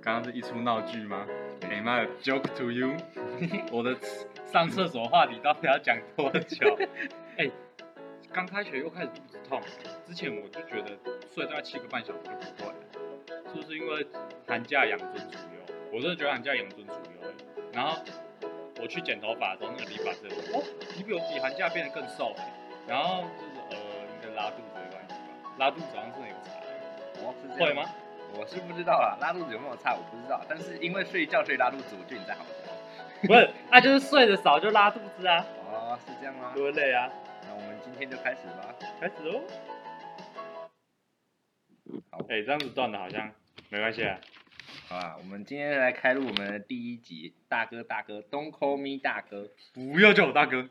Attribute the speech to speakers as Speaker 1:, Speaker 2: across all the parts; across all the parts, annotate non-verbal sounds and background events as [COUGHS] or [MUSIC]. Speaker 1: 刚刚是一出闹剧吗？Hey my joke to you，我 [LAUGHS] 的上厕所话题到底要讲多久？哎、刚开学又开始肚子痛，啊之前我就觉得睡大概七个半小时就不会了，是不是因为寒假养尊处优？我真的觉得寒假养尊处优、欸。然后我去剪头发的时候，那个理发师说：“哦，你比我比寒假变得更瘦、欸。”然后就是呃，你跟拉肚子的关系吧，拉肚子好像是有差的，
Speaker 2: 我是这样 [LAUGHS]
Speaker 1: 会吗？？
Speaker 2: 我是不知道啦，拉肚子有没有差我不知道，但是因为睡觉所以拉肚子，我觉得你在好多。
Speaker 1: 不是，那、就是睡得少就拉肚子啊，
Speaker 2: 哦，是这样吗？
Speaker 1: 多累啊！
Speaker 2: 那我们今天就开始吧。
Speaker 1: 开始哦。
Speaker 2: 好
Speaker 1: 哎、这样子断的好像没关系啊。
Speaker 2: 好啦，我们今天来开录我们的第一集，大哥大哥，Don't call me 大哥。
Speaker 1: 不要叫我大哥。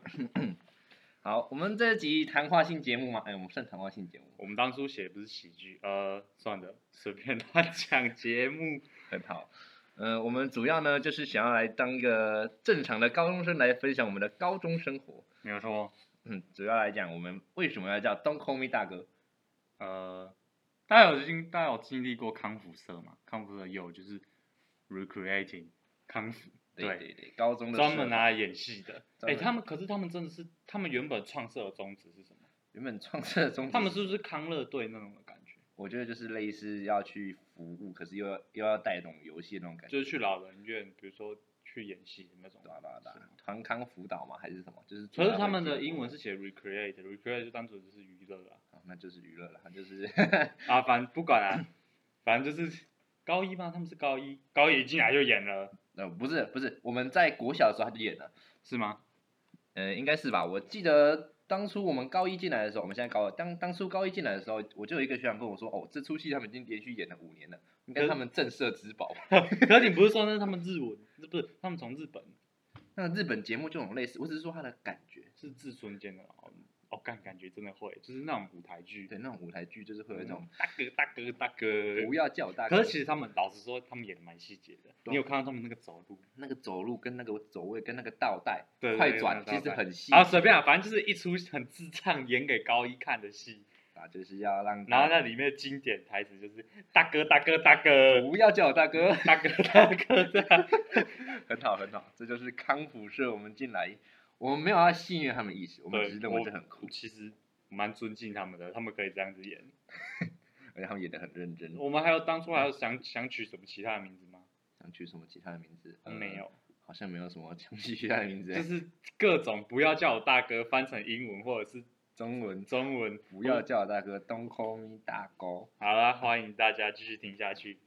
Speaker 2: 好，我们这集谈话性节目吗？哎、我们算谈话性节目，
Speaker 1: 我们当初写的不是喜剧，呃，算了，随便乱讲节目。
Speaker 2: 很好。嗯、我们主要呢就是想要来当一个正常的高中生来分享我们的高中生活。
Speaker 1: 没有错，
Speaker 2: 嗯，主要来讲我们为什么要叫 Don't call me 大哥？
Speaker 1: 呃，大家有经大家有经历过康复社吗？康复社有就是 recreating 康复，
Speaker 2: 对对对，高中的
Speaker 1: 专门
Speaker 2: 社
Speaker 1: 拿来演戏的。
Speaker 2: 专
Speaker 1: 哎、
Speaker 2: 门
Speaker 1: 他们可是他们真的是，他们原本创社的宗旨是什么？
Speaker 2: 原本创设的宗旨，
Speaker 1: 他们是不是康乐队那种的感觉？
Speaker 2: 我觉得就是类似要去服务，可是又要又要带动游戏那种感觉，
Speaker 1: 就是去老人院，比如说去演戏那种。
Speaker 2: 对吧、对
Speaker 1: 是
Speaker 2: 吧
Speaker 1: 吗？
Speaker 2: 团康辅导嘛还是什么？就是
Speaker 1: 可
Speaker 2: 专
Speaker 1: 是
Speaker 2: 门
Speaker 1: 他们
Speaker 2: 为
Speaker 1: 的
Speaker 2: 这
Speaker 1: 英
Speaker 2: 个
Speaker 1: 文是写 recreate，recreate 就单纯就是娱乐啊。
Speaker 2: 啊，那就是娱乐了，它就是 [LAUGHS]
Speaker 1: 啊，反正不管啊，反正就是高一吗？他们是高一，高一一进来就演了，
Speaker 2: 呃不是不是，我们在国小的时候他就演了，
Speaker 1: 是吗？ [LAUGHS]
Speaker 2: 呃应该是吧？我记得当初我们高一进来的时候，我们现在高二，当当初高一进来的时候，我就有一个学长跟我说，哦这出戏他们已经连续演了五年了，应该是他们震慑之宝。
Speaker 1: 可是你不是说那是他们日文，那不是他们从日本
Speaker 2: [LAUGHS] 那日本节目就很类似，我只是说它的感觉，
Speaker 1: 是自尊间的哦，哦，感感觉真的会，就是那种舞台剧，
Speaker 2: 对那种舞台剧就是会有一种
Speaker 1: 大哥大哥大哥
Speaker 2: 不。要叫我大哥，
Speaker 1: 嗯可是其实他们老实说，他们演的蛮细节的。
Speaker 2: 对啊
Speaker 1: 你有看到他们那个走路，
Speaker 2: 那个走路跟那个走位跟那个倒带
Speaker 1: 对对
Speaker 2: 快
Speaker 1: 对
Speaker 2: 转，
Speaker 1: 那个
Speaker 2: 其实
Speaker 1: 倒带
Speaker 2: 很细
Speaker 1: 啊，随便啊，反正就是一出很智障演给高一看的戏，
Speaker 2: 啊，就是要让
Speaker 1: 然
Speaker 2: 大
Speaker 1: 后那里面的经典台词就是大哥大哥大哥
Speaker 2: 不要叫我大哥，
Speaker 1: [LAUGHS] 大哥大哥这样。
Speaker 2: 很好很好，这就是康复社我们进来，我们没有要戏谑他们的意思，我们
Speaker 1: 对
Speaker 2: 只是认为这很酷，
Speaker 1: 其实蛮尊敬他们的，他们可以这样子演。
Speaker 2: 而且他们演的很认真。
Speaker 1: 我们还有当初还有想想取什么其他的名字吗？
Speaker 2: 想取什么其他的名字？呃
Speaker 1: 没，有，
Speaker 2: 好像没有什么想取其他的名字欸。
Speaker 1: 就是各种不要叫我大哥，翻成英文或者是
Speaker 2: 中文
Speaker 1: 中文。
Speaker 2: 不要叫我大哥，Don't call me 大哥。
Speaker 1: 好啦，欢迎大家继续听下去。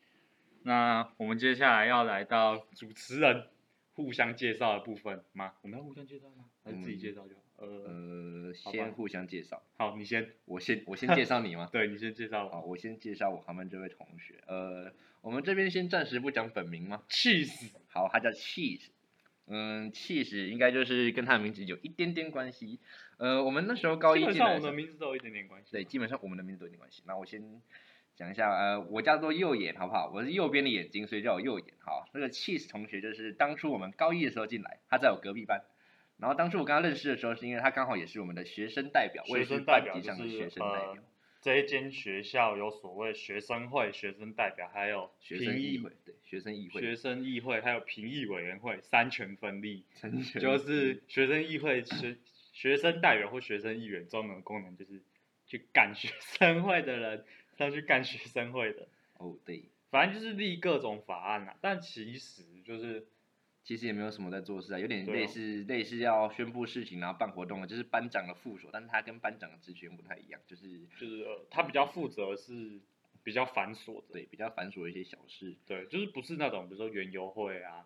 Speaker 1: 那我们接下来要来到主持人互相介绍的部分吗？我们要互相介绍吗？还是自己介绍就好？呃，
Speaker 2: 呃，
Speaker 1: 好吧
Speaker 2: 先互相介绍，
Speaker 1: 好，你先，
Speaker 2: 我先我先介绍你
Speaker 1: [LAUGHS]
Speaker 2: 吗？
Speaker 1: 对你先介绍。
Speaker 2: 好，我先介绍我他们这位同学。呃，我们这边先暂时不讲本名吗？
Speaker 1: 气死！
Speaker 2: 好，它叫 cheese。嗯，cheese 应该就是跟它的名字有一点点关系。呃，我们那时候高
Speaker 1: 基
Speaker 2: 一
Speaker 1: 本
Speaker 2: 进
Speaker 1: 上
Speaker 2: 来
Speaker 1: 我
Speaker 2: 的时
Speaker 1: 们
Speaker 2: 候
Speaker 1: 的，名字都有一点点关系。
Speaker 2: 对，基本上我们的名字都有点关系。那我先讲一下，呃，我叫做右眼，好不好？我是右边的眼睛，所以叫我右眼。好，那个 cheese 同学就是当初我们高一的时候进来，他在我隔壁班。然后当初我跟他认识的时候，是因为他刚好也是我们的学生代表，我也
Speaker 1: 学
Speaker 2: 是
Speaker 1: 生代
Speaker 2: 班
Speaker 1: 表
Speaker 2: 级
Speaker 1: 就
Speaker 2: 上的学
Speaker 1: 是
Speaker 2: 生代表，
Speaker 1: 呃，这一间学校有所谓学生会、学生代表，还有
Speaker 2: 学生
Speaker 1: 评
Speaker 2: 议
Speaker 1: 议
Speaker 2: 会，对，学生议
Speaker 1: 学
Speaker 2: 会，
Speaker 1: 生议会，还有评议委员会，三权分立，
Speaker 2: 成全
Speaker 1: 就是学生议会学学生代表或学生议员专门的功能就是去干学生会的人，上去干学生会的，
Speaker 2: 哦，对，
Speaker 1: 反正就是立各种法案啊。但其实就是
Speaker 2: 其实也没有什么在做事啊，有点
Speaker 1: 对啊
Speaker 2: 类似、类似要宣布事情，然后办活动了，就是班长的附属，但是他跟班长的职权不太一样，就是
Speaker 1: 就是、呃、他比较负责是比较繁琐的，
Speaker 2: 对比较繁琐的一些小事，
Speaker 1: 对，就是不是那种比如说园游会啊，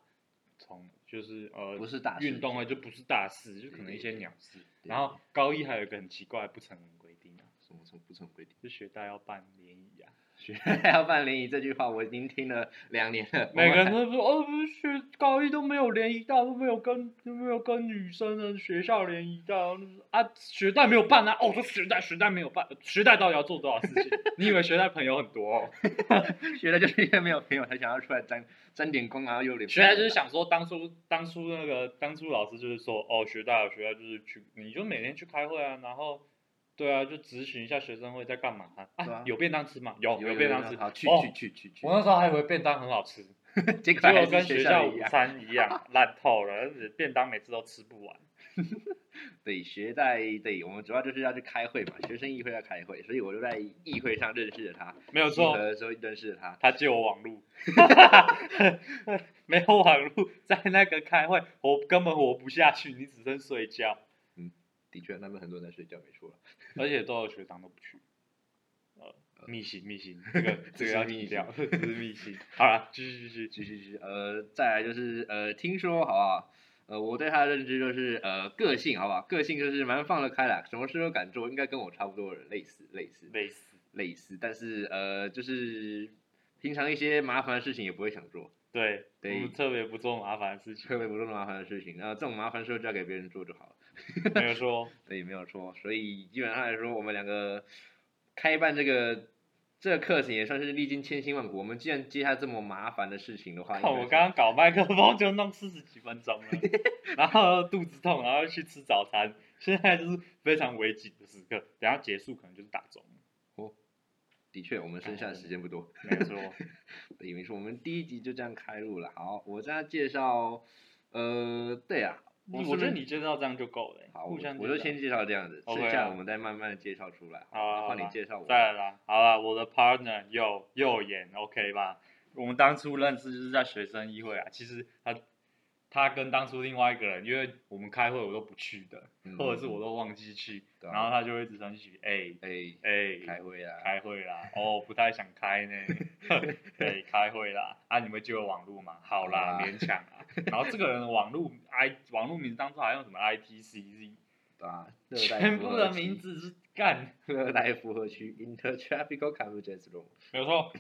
Speaker 1: 从就是呃
Speaker 2: 不是大事
Speaker 1: 运动会就不是大事，就可能一些
Speaker 2: 对
Speaker 1: 鸟事。
Speaker 2: 对
Speaker 1: 然后高一还有一个很奇怪的不成文规定啊，
Speaker 2: 什么什么不成规定。
Speaker 1: 就学大要办联谊啊，
Speaker 2: 学要办联谊这句话，我已经听了两年了，
Speaker 1: 每个人
Speaker 2: 我
Speaker 1: 都说哦，不是学高一都没有联谊到，都没有跟都没有跟女生的学校联谊到啊，学贷没有办啊，哦，我说学贷学贷没有办，学贷到底要做多少事情？ [LAUGHS] 你以为学贷朋友很多、哦？
Speaker 2: 还学了就是因为没有朋友才想要出来沾沾点光，然后又有点
Speaker 1: [LAUGHS] 学贷就
Speaker 2: 朋友
Speaker 1: 是想说，当初当初那个当初老师就是说，哦，学贷有学贷就是去，你就每天去开会啊，然后，对啊，就咨询一下学生会在干嘛啊，
Speaker 2: 对啊
Speaker 1: 有便当吃吗？有
Speaker 2: 有有
Speaker 1: 便
Speaker 2: 有
Speaker 1: 当吃，
Speaker 2: 好去
Speaker 1: 哦
Speaker 2: 去去去去
Speaker 1: 我，那时候还以为便当很好吃，
Speaker 2: 结果
Speaker 1: 结
Speaker 2: 还
Speaker 1: 果
Speaker 2: 是
Speaker 1: 跟
Speaker 2: 学
Speaker 1: 学
Speaker 2: 校
Speaker 1: 校
Speaker 2: 的一
Speaker 1: 午
Speaker 2: 样。
Speaker 1: 餐一
Speaker 2: [LAUGHS]
Speaker 1: 样烂透了，而且便当每次都吃不完。
Speaker 2: 对，学在对，我们主要就是要去开会嘛，学生议会要开会，所以我就在议会上认识了他，
Speaker 1: 没有
Speaker 2: 集
Speaker 1: 错
Speaker 2: 合，的时候认识了他。
Speaker 1: 他借我网路， [LAUGHS] 没有网路，在那个开会，我根本活不下去，你只剩睡觉，
Speaker 2: 的确，那边很多人在睡觉，没错了。
Speaker 1: 而且都有学长都不去。呃，密信密信，这
Speaker 2: [LAUGHS]
Speaker 1: 个这个要
Speaker 2: 这是密
Speaker 1: 低
Speaker 2: 信
Speaker 1: 调，这是密信。 [LAUGHS] 好了，继续继续。
Speaker 2: 继续继续，呃，再来就是呃，听说好不好？呃，我对他的认知就是呃，个性好不好？个性就是蛮放得开啦，什么事都敢做，应该跟我差不多的，类似类似
Speaker 1: 类似，
Speaker 2: 类似，但是呃，就是平常一些麻烦的事情也不会想做，
Speaker 1: 对，我
Speaker 2: 对
Speaker 1: 们特别不做麻烦的
Speaker 2: [LAUGHS]
Speaker 1: 事情，
Speaker 2: 特别不做麻烦的事情，然后这种麻烦事都交给别人做就好了。
Speaker 1: 没有说
Speaker 2: 对，没有错。所以基本上来说，我们两个开办这个这个课程也算是历经千辛万苦。我们既然接下这么麻烦的事情的话，应
Speaker 1: 看
Speaker 2: 该
Speaker 1: 我
Speaker 2: 是
Speaker 1: 刚刚搞麦克风就弄四十几分
Speaker 2: [LAUGHS]
Speaker 1: 钟了，然后肚子痛，然后去吃早餐，现在就是非常危急的时刻，等一下结束可能就是打钟，
Speaker 2: 的确我们剩下的时间不多，
Speaker 1: 没
Speaker 2: [LAUGHS]
Speaker 1: 有错，
Speaker 2: 对，没错，我们第一集就这样开录了。好，我这样介绍，呃，对啊，
Speaker 1: 我
Speaker 2: 是
Speaker 1: 我
Speaker 2: 不
Speaker 1: 觉得
Speaker 2: 是
Speaker 1: 你介绍这样就够了欸、
Speaker 2: 好，我
Speaker 1: 互相
Speaker 2: 我
Speaker 1: 介
Speaker 2: 就
Speaker 1: 绍
Speaker 2: 先介绍这样子，剩
Speaker 1: OK
Speaker 2: 下
Speaker 1: 啊
Speaker 2: 我们再慢慢的介绍出来。
Speaker 1: 好啊好
Speaker 2: 换你
Speaker 1: 啊
Speaker 2: 介绍我。
Speaker 1: 再来啦，好啦，我的 partner 右右眼 OK 吧？我们当初认识就是在学生议会啊，其实他他跟当初另外一个人，因为我们开会我都不去的，
Speaker 2: 嗯
Speaker 1: 或者是我都忘记去，
Speaker 2: 对啊
Speaker 1: 然后他就会一直生气，哎
Speaker 2: 哎，
Speaker 1: 哎，
Speaker 2: 开会啊，
Speaker 1: 开会啦，哦，不太想开
Speaker 2: [LAUGHS]
Speaker 1: 呢，对，开会啦，啊，你们就有网络嘛，好啦，
Speaker 2: 好啦
Speaker 1: 勉强啊，然后这个人的网络 i 网络名字当初还用什么 ITCZ，
Speaker 2: 对啊，热带
Speaker 1: 全
Speaker 2: 符
Speaker 1: 部
Speaker 2: 合
Speaker 1: 的
Speaker 2: 区
Speaker 1: 名，字是干，
Speaker 2: 热带符合区 （Intertropical Convergence Zone）。
Speaker 1: 没有
Speaker 2: [LAUGHS]
Speaker 1: 错，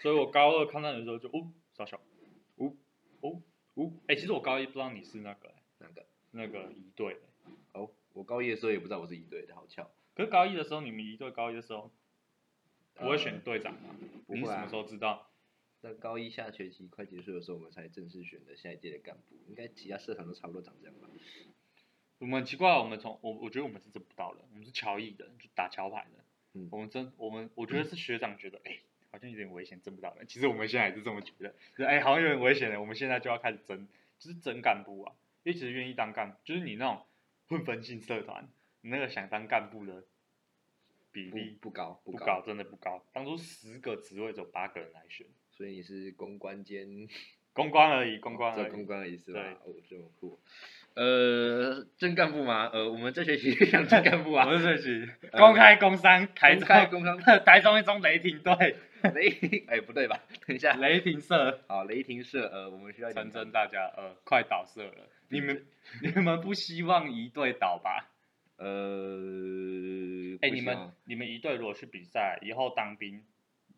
Speaker 1: 所以我高二看到你的时候就哦，傻笑，哦哦哦，哎、其实我高一不知道你是那个、
Speaker 2: 那个
Speaker 1: 那个一队的、
Speaker 2: 哦，我高一的时候也不知道我是一队的，好巧。
Speaker 1: 可是高一的时候你们一队高一的时候不会选
Speaker 2: 呃
Speaker 1: 队长吗？
Speaker 2: 不
Speaker 1: 你
Speaker 2: 会
Speaker 1: 是什
Speaker 2: 啊
Speaker 1: 么时候知道？
Speaker 2: 那高一下学期快结束的时候，我们才正式选的下一届的干部，应该其他社团都差不多长这样吧？
Speaker 1: 嗯我们很奇怪，我们从我我觉得我们是真不到的，我们是桥艺的，就打桥牌的。
Speaker 2: 嗯
Speaker 1: 我们真我们我觉得是学长觉得，哎、好像有点危险，争不到人。其实我们现在也是这么觉得，就是哎、好像有点危险了，我们现在就要开始争，就是争干部啊。因为其实愿意当干部，就是你那种混分性社团，你那个想当干部的比
Speaker 2: 不
Speaker 1: 例
Speaker 2: 不高
Speaker 1: 不
Speaker 2: 高，
Speaker 1: 高，真的不高。当初十个职位只有八个人来选，
Speaker 2: 所以你是公关兼
Speaker 1: 公关而已，公
Speaker 2: [LAUGHS]
Speaker 1: 关
Speaker 2: 做
Speaker 1: 而
Speaker 2: 哦公
Speaker 1: 已。
Speaker 2: 关的意思
Speaker 1: 对
Speaker 2: 吧？哦，这么酷。呃，真干部吗？呃，我们这学期 [LAUGHS] 想真干部啊，
Speaker 1: [LAUGHS] 我是学习
Speaker 2: 呃
Speaker 1: 公开工商，台
Speaker 2: 公开
Speaker 1: 中
Speaker 2: 工商
Speaker 1: [LAUGHS] 台中一中雷霆队。
Speaker 2: 雷，哎，不对吧？等一下，
Speaker 1: 雷霆
Speaker 2: [LAUGHS]
Speaker 1: 社
Speaker 2: 好，雷霆社，呃，我们需要一点
Speaker 1: 成真，大家呃快倒社了，你们你们不希望一队倒吧？
Speaker 2: 呃，
Speaker 1: 哎、
Speaker 2: 不
Speaker 1: 你
Speaker 2: 行
Speaker 1: 们
Speaker 2: 啊
Speaker 1: 你们一队如果去比赛，以后当兵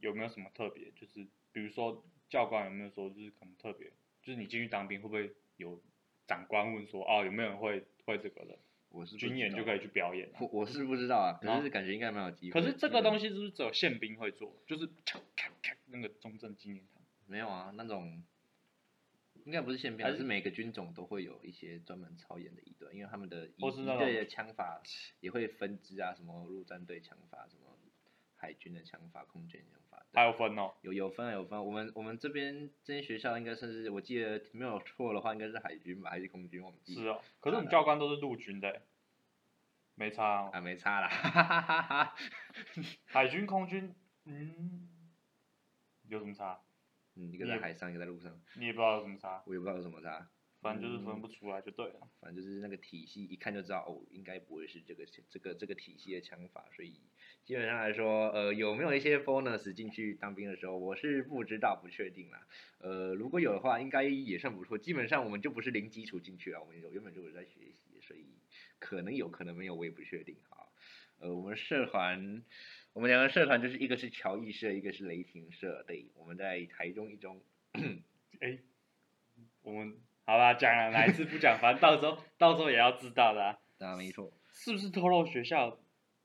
Speaker 1: 有没有什么特别？就是比如说教官有没有说就是可能特别，就是你进去当兵会不会有长官问说哦有没有人会会这个的？
Speaker 2: 我是不
Speaker 1: 军
Speaker 2: 知
Speaker 1: 演
Speaker 2: 道
Speaker 1: 就可以去表演啊、
Speaker 2: 我我是不知道啊，
Speaker 1: 然
Speaker 2: 可
Speaker 1: 后
Speaker 2: 是感觉应该蛮有机会。嗯
Speaker 1: 可是这个东
Speaker 2: 西
Speaker 1: 西是不是只有宪兵会做？就是咔咔咔那个中正纪念堂，
Speaker 2: 没有啊，那种应该不是宪兵啊，
Speaker 1: 还
Speaker 2: 而是
Speaker 1: 是
Speaker 2: 每个军种都会有一些专门操演的一队，因为他们的
Speaker 1: 或
Speaker 2: 一
Speaker 1: 是
Speaker 2: 一
Speaker 1: 那
Speaker 2: 队
Speaker 1: 种
Speaker 2: 的枪法也会分支啊，什么陆战队枪法，什么海军的枪法，空军的枪法。
Speaker 1: 还有分哦。
Speaker 2: 有有分啊有分啊，我们我们这边这间学校应该算是，我记得没有错的话，应该是海军吧，还是空军忘记
Speaker 1: 是哦，可是我们教官都是陆军的、欸没差、哦。
Speaker 2: 啊，没差啦，哈哈哈哈。
Speaker 1: 海军、空军，嗯，有什么差？
Speaker 2: 嗯，一个在海上，一个在路上，
Speaker 1: 你也不知道有什么差，
Speaker 2: 我也不知道有什么差。
Speaker 1: 反正就是
Speaker 2: 嗯
Speaker 1: 分不出来就对了。
Speaker 2: 反正就是那个体系，一看就知道哦，应该不会是这个这个这个体系的枪法，所以基本上来说，呃，有没有一些 bonus 进去当兵的时候，我是不知道，不确定啦。呃，如果有的话，应该也算不错。基本上我们就不是零基础进去了，我们有原本就是在学习，所以可能有可能没有，我也不确定哈。呃，我们社团，我们两个社团就是一个是侨艺社，一个是雷霆社，对，我们在台中一中。
Speaker 1: 哎，我们好啦，讲了哪一次不讲，反正到时候 [LAUGHS] 到时候也要知道的、啊，
Speaker 2: 啊，没错。
Speaker 1: 是不是透露学校？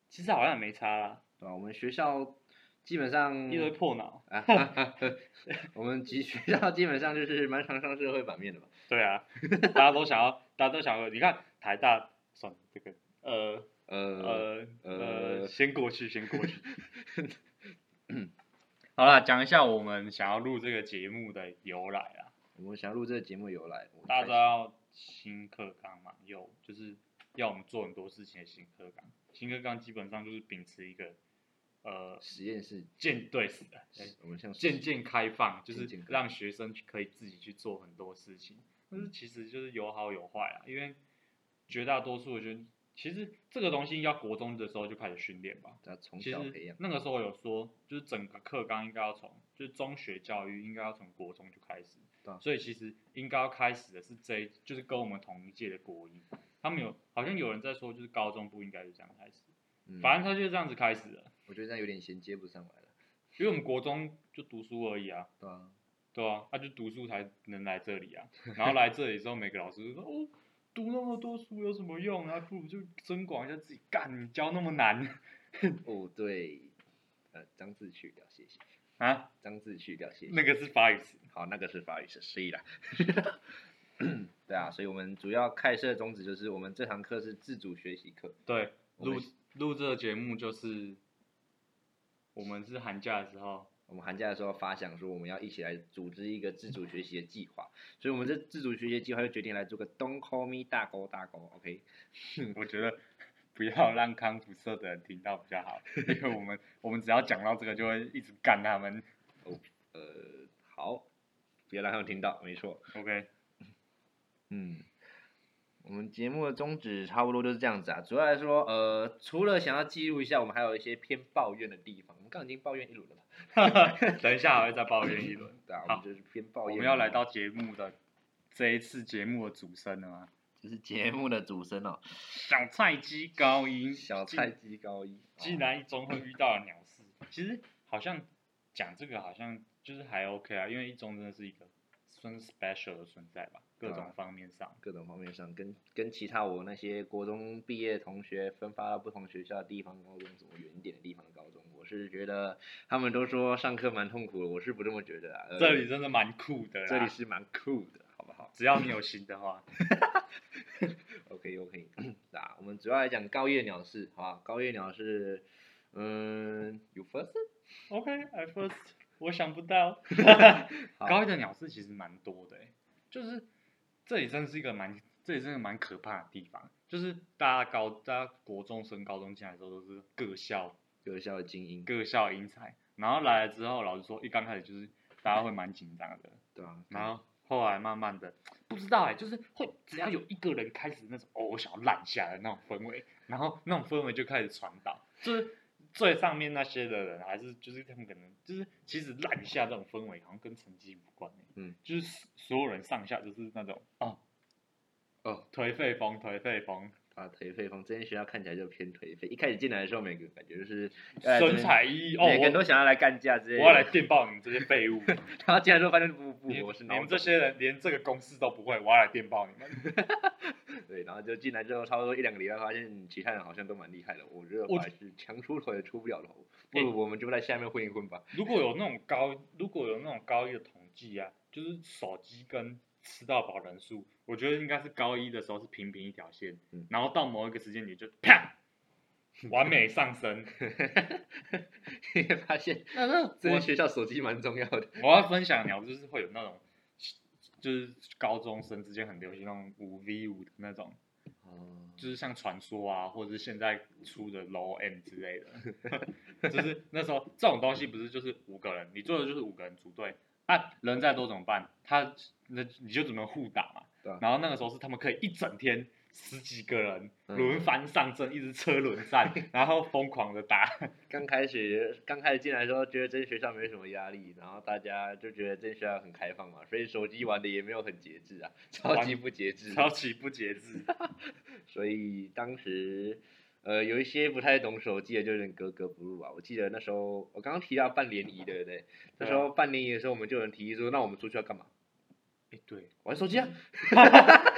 Speaker 1: 其实好像也没差啦，
Speaker 2: 对啊吧、我们学校基本上
Speaker 1: 一堆破脑。
Speaker 2: 啊哈哈， [LAUGHS] 我们集学校基本上就是蛮常上社会版面的吧？
Speaker 1: 对啊， [LAUGHS] 大家都想要，大家都想要。你看台大，算了，这个呃
Speaker 2: 呃，
Speaker 1: 呃
Speaker 2: 呃
Speaker 1: [LAUGHS] 呃，先过去，先过去。好啦，讲一下我们想要录这个节目的由来啊啦。
Speaker 2: 我们想要录这个节目的由来，我们
Speaker 1: 大家
Speaker 2: 开
Speaker 1: 知
Speaker 2: 始
Speaker 1: 道新课纲嘛？有就是要我们做很多事情的新课纲。新课纲基本上就是秉持一个呃
Speaker 2: 实验室，
Speaker 1: 健对哎
Speaker 2: 我们像
Speaker 1: 渐渐开放，就
Speaker 2: 渐
Speaker 1: 是
Speaker 2: 渐开放
Speaker 1: 让学生去可以自己去做很多事情。但是其实就是有好有坏啊，因为绝大多数的学生，其实这个东西要国中的时候就开始训练吧。
Speaker 2: 要从
Speaker 1: 其
Speaker 2: 小
Speaker 1: 实
Speaker 2: 培养，
Speaker 1: 那个时候有说，就是整个课纲应该要从，就是中学教育应该要从国中就开始，
Speaker 2: 对啊
Speaker 1: 所以其实应该要开始的是这一，就是跟我们同一届的国一，他们有好像有人在说，就是高中不应该就这样开始，
Speaker 2: 嗯
Speaker 1: 反正他就是这样子开始的，
Speaker 2: 我觉得这样有点衔接不上来了，
Speaker 1: 因为我们国中就读书而已啊，
Speaker 2: 对啊，
Speaker 1: 对啊，他、就读书才能来这
Speaker 2: [LAUGHS]
Speaker 1: 里啊，然后来这里之后，每个老师就说哦。读那么多书有什么用啊？不如就增广一下自己。干，你教那么难 [LAUGHS]
Speaker 2: 哦对，呃，张志去掉，谢谢，
Speaker 1: 啊？
Speaker 2: 张志去掉，谢谢。
Speaker 1: 那个是法语词。
Speaker 2: 好，那个是法语是失忆啦。 [COUGHS] 对啊，所以我们主要开设宗旨就是我们这堂课是自主学习课，
Speaker 1: 对，
Speaker 2: 我们
Speaker 1: 录录这个节目就是，我们是寒假的时候，
Speaker 2: 我们寒假的时候发想说我们要一起来组织一个自主学习的计划，所以我们这自主学习计划就决定来做个 Don't call me 大勾大勾，OK？
Speaker 1: [LAUGHS] 我觉得不要让康复社的人听到比较好，因为我们我们只要讲到这个就会一直干他们。
Speaker 2: 呃，好，不要让他们听到，没错。
Speaker 1: OK，
Speaker 2: 嗯，我们节目的宗旨差不多就是这样子啊。主要来说，呃，除了想要记录一下，我们还有一些偏抱怨的地方。我们刚刚已经抱怨一轮了吧？
Speaker 1: [LAUGHS] 等一下还会再抱怨一轮。
Speaker 2: 对啊，我
Speaker 1: 好
Speaker 2: 们就是偏抱
Speaker 1: [LAUGHS] 我
Speaker 2: 怨。
Speaker 1: 们要来到节目的这一次节目的主声了吗？
Speaker 2: 就是节目的主声哦，
Speaker 1: 小菜鸡高音，
Speaker 2: 小菜鸡高哦一。
Speaker 1: 既然一中会遇到的鸟事，其实好像讲这个好像就是还 OK 啊，因为一中真的是一个算是 special 的存在吧，各
Speaker 2: 啊
Speaker 1: 种方面上。
Speaker 2: 各种方面上，跟跟其他我那些国中毕业同学分发到不同学校的地方高中，什么远一点的地方的高中，我是觉得他们都说上课蛮痛苦的，我是不这么觉得啊。呃
Speaker 1: 这里啊真的蛮酷的啦，
Speaker 2: 这里是蛮酷的，好不好
Speaker 1: 只要你有心的话，
Speaker 2: ？OK OK，啊， [COUGHS] 我们主要来讲高叶鸟事，好吧？高叶鸟是，嗯，有 first，
Speaker 1: OK，at、first，我想不到。
Speaker 2: [LAUGHS] 好
Speaker 1: 高一的鸟事其实蛮多的欸、就是这里真的是一个蛮，这里真的蛮可怕的地方。就是大家高，大家国中升高中进来的时候都是各校
Speaker 2: 有效的精英，
Speaker 1: 各校英才，然后来了之后，老实说，一刚开始就是大家会蛮紧张的，
Speaker 2: 对啊，
Speaker 1: 然后后来慢慢的，不知道哎、就是会只要有一个人开始那种哦，我想要烂下的那种氛围，然后那种氛围就开始传导，就是最上面那些的人还是就是他们可能就是其实烂下这种氛围好像跟成绩无关、欸、
Speaker 2: 嗯，
Speaker 1: 就是所所有人上下就是那种哦
Speaker 2: 哦，
Speaker 1: 颓废风颓废风，
Speaker 2: 啊，颓废风，这间学校看起来就偏颓废，一开始进来的时候，每个人感觉就是哎
Speaker 1: 身材一
Speaker 2: 真
Speaker 1: 哦
Speaker 2: 的每个人都
Speaker 1: 我。
Speaker 2: 想要来干架之类
Speaker 1: 我
Speaker 2: 的，
Speaker 1: 要来电报你们这些废
Speaker 2: [LAUGHS]
Speaker 1: 物！
Speaker 2: 然后进来之后发现不不，
Speaker 1: 你
Speaker 2: 我是
Speaker 1: 你
Speaker 2: 脑
Speaker 1: 们
Speaker 2: 肿
Speaker 1: 这些人连这个公式都不会，我要来电报你们。
Speaker 2: 对，然后就进来之后，差不多一两个礼拜，发现其他人好像都蛮厉害的，我觉得我
Speaker 1: 我
Speaker 2: 还是强出头也出不了头，不
Speaker 1: 哎
Speaker 2: 如我们就在下面混一混吧。
Speaker 1: [LAUGHS]
Speaker 2: [LAUGHS]
Speaker 1: 如果有那种高，如果有那种高一的统计啊，就是手机跟吃到饱人数，我觉得应该是高一的时候是平平一条线，
Speaker 2: 嗯
Speaker 1: 然后到某一个时间点就啪， [LAUGHS] 完美上 [LAUGHS] 升。
Speaker 2: 因为发 [LAUGHS] 现
Speaker 1: 嗯
Speaker 2: 这
Speaker 1: 我
Speaker 2: 间学校手机蛮重要的，
Speaker 1: 我要分享聊就是会有那种，就是高中生之间很流行那种五 v 五的那种，
Speaker 2: 哦，
Speaker 1: 就是像传说啊，或者是现在出的 low M 之类的， [LAUGHS] 就是那时候这种东西不是就是五个人，你做的就是五个人组队啊，人再多怎么办？他那你就只能互打嘛。
Speaker 2: 对啊
Speaker 1: 然后那个时候是他们可以一整天十几个人
Speaker 2: 嗯
Speaker 1: 轮番上阵，一直车轮
Speaker 2: [LAUGHS]
Speaker 1: 战，然后疯狂的打。
Speaker 2: 刚开始刚开始进来的时候，觉得这间学校没什么压力，然后大家就觉得这间学校很开放嘛，所以手机玩的也没有很节制啊，超
Speaker 1: 玩
Speaker 2: 级不节制，
Speaker 1: 超级不
Speaker 2: [LAUGHS]
Speaker 1: 节制，
Speaker 2: 所以当时呃有一些不太懂手机的就有点格格不入啊。我记得那时候我刚刚提到办联谊，对不对？那时
Speaker 1: 啊
Speaker 2: 候办联谊的时候，我们就有人提议说，那我们出去要干嘛？
Speaker 1: 哎，对， [LAUGHS]
Speaker 2: 玩手机啊？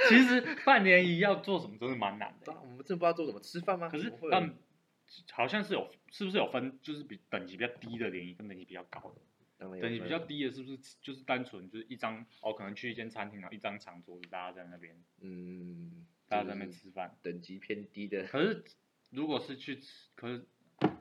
Speaker 1: 其实半年一要做什么真的蛮难的
Speaker 2: [LAUGHS] 对。啊，我们真不知道做什么，吃饭吗？
Speaker 1: 可是
Speaker 2: 怎么会有
Speaker 1: 他
Speaker 2: 人
Speaker 1: 们好像是有，是不是有分，就是比等级比较低的联谊跟等级比较高的？
Speaker 2: 当然有
Speaker 1: 等级
Speaker 2: 分
Speaker 1: 比较低的，是不是就是单纯就是一张哦，可能去一间餐厅，然后一张长桌子，大家在那边，
Speaker 2: 嗯，
Speaker 1: 大家在那边
Speaker 2: 就是
Speaker 1: 吃饭。
Speaker 2: 等级偏低的， [LAUGHS]
Speaker 1: 可是如果是去吃，可是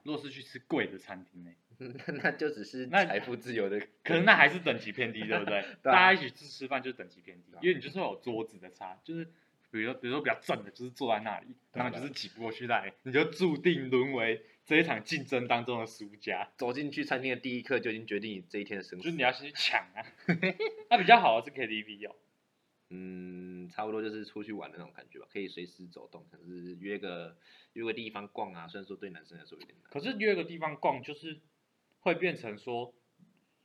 Speaker 1: 如果是去吃贵的餐厅呢？
Speaker 2: 那那就只是
Speaker 1: 那
Speaker 2: 财富自由的，
Speaker 1: 可是那还是等级偏低，对不对？
Speaker 2: [LAUGHS] 对啊
Speaker 1: 大家一起去吃饭就是等级偏低
Speaker 2: 对啊，
Speaker 1: 因为你就是会有桌子的差，就是比如说比如说比较正的，就是坐在那里，
Speaker 2: 对
Speaker 1: 然
Speaker 2: 啊
Speaker 1: 后你就是挤不过去那里，你就注定沦为这一场竞争当中的输家，
Speaker 2: 走进去餐厅的第一刻就已经决定你这一天的生
Speaker 1: 就
Speaker 2: 活
Speaker 1: 是。你要先去抢啊。 [LAUGHS] 那比较好的是 KTV 哦，
Speaker 2: 嗯，差不多就是出去玩的那种感觉吧，可以随时走动，可能是约个约个地方逛啊。虽然说对男生来说有点难，
Speaker 1: 可是约个地方逛就是会变成说。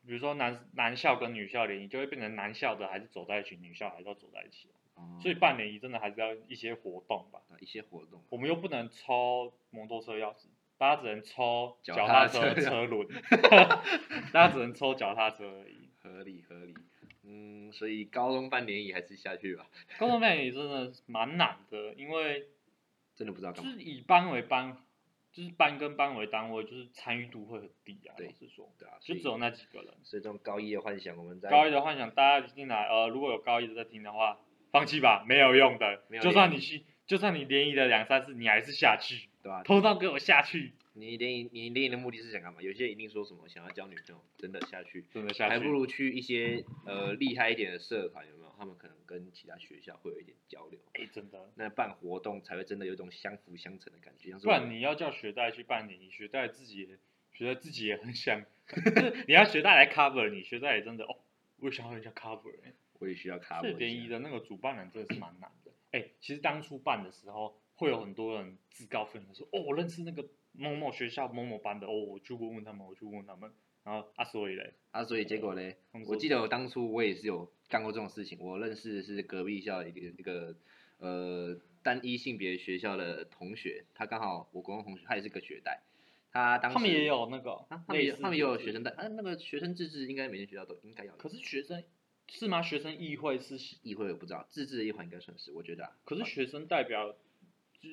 Speaker 1: 比如说男男校跟女校联谊，就会变成男校的还是走在一起，女校还是要走在一起。啊
Speaker 2: 哦啊
Speaker 1: 所以办联谊真的还是要一些活动吧。
Speaker 2: 一些活动，
Speaker 1: 我们又不能抽摩托车钥匙，大家只能抽
Speaker 2: 脚
Speaker 1: 脚
Speaker 2: 踏
Speaker 1: 踏
Speaker 2: 车
Speaker 1: 车
Speaker 2: 钥匙
Speaker 1: 车轮， [LAUGHS] 大家只能抽脚踏车而已。
Speaker 2: 合理合理。嗯，所以高中半年也还是下去吧，
Speaker 1: 高中伴侣真的蛮难的，因为
Speaker 2: 真的不知道
Speaker 1: 就
Speaker 2: 干嘛。
Speaker 1: 是以班为班，就是班跟班为单位，就是参与度会很低啊。
Speaker 2: 对
Speaker 1: 老实说，
Speaker 2: 对啊，所
Speaker 1: 就
Speaker 2: 以
Speaker 1: 只有那几个人。
Speaker 2: 所以这种高一的幻想，我们在
Speaker 1: 高一的幻想，大家进来，呃，如果有高一的在听的话，放弃吧，没有用的
Speaker 2: 没有。
Speaker 1: 就
Speaker 2: 用
Speaker 1: 算你去，就算你联谊了两三次，你还是下去， [LAUGHS]
Speaker 2: 对吧、
Speaker 1: 偷偷给我下去，
Speaker 2: 你联谊你联谊的目的是想干嘛？有些一定说什么想要交女朋友，真的下去，
Speaker 1: 真的下去。
Speaker 2: 还不如去一些呃厉害一点的社团，有没有？他们可能跟其他学校会有一点交流。
Speaker 1: 哎、真的，
Speaker 2: 那办活动才会真的有一种相辅相成的感觉，像是
Speaker 1: 不
Speaker 2: 我
Speaker 1: 然你要叫学贷去办联谊，学贷自己也学贷自己也很想， [LAUGHS] 就是你要学贷来 cover 你，学贷也真的哦，我也想要人家 cover 欸、
Speaker 2: 我也需要卡
Speaker 1: 所以
Speaker 2: 我
Speaker 1: 联谊的那个主办人真的是蛮难的。哎、其实当初办的时候，会有很多人自告奋勇说，哦，我认识那个某某学校某某班的，哦，我去问问他们，我去问问他们，然后啊，所以嘞，
Speaker 2: 啊，所以结果嘞，
Speaker 1: 他们
Speaker 2: 我
Speaker 1: 说
Speaker 2: 记得我当初我也是有干过这种事情，我认识的是隔壁校的一个一个呃单一性别学校的同学，他刚好我国中同学，他也是个学贷，他当时
Speaker 1: 他们也有那个，
Speaker 2: 啊，他们也
Speaker 1: 类似
Speaker 2: 他们也有
Speaker 1: 的
Speaker 2: 学生贷，啊，那个学生自治应该每间学校都应该要有，
Speaker 1: 可是学生是吗？学生议会是
Speaker 2: 议会我不知道，自治的一环应该算是，我觉得、啊，
Speaker 1: 可是学生代表，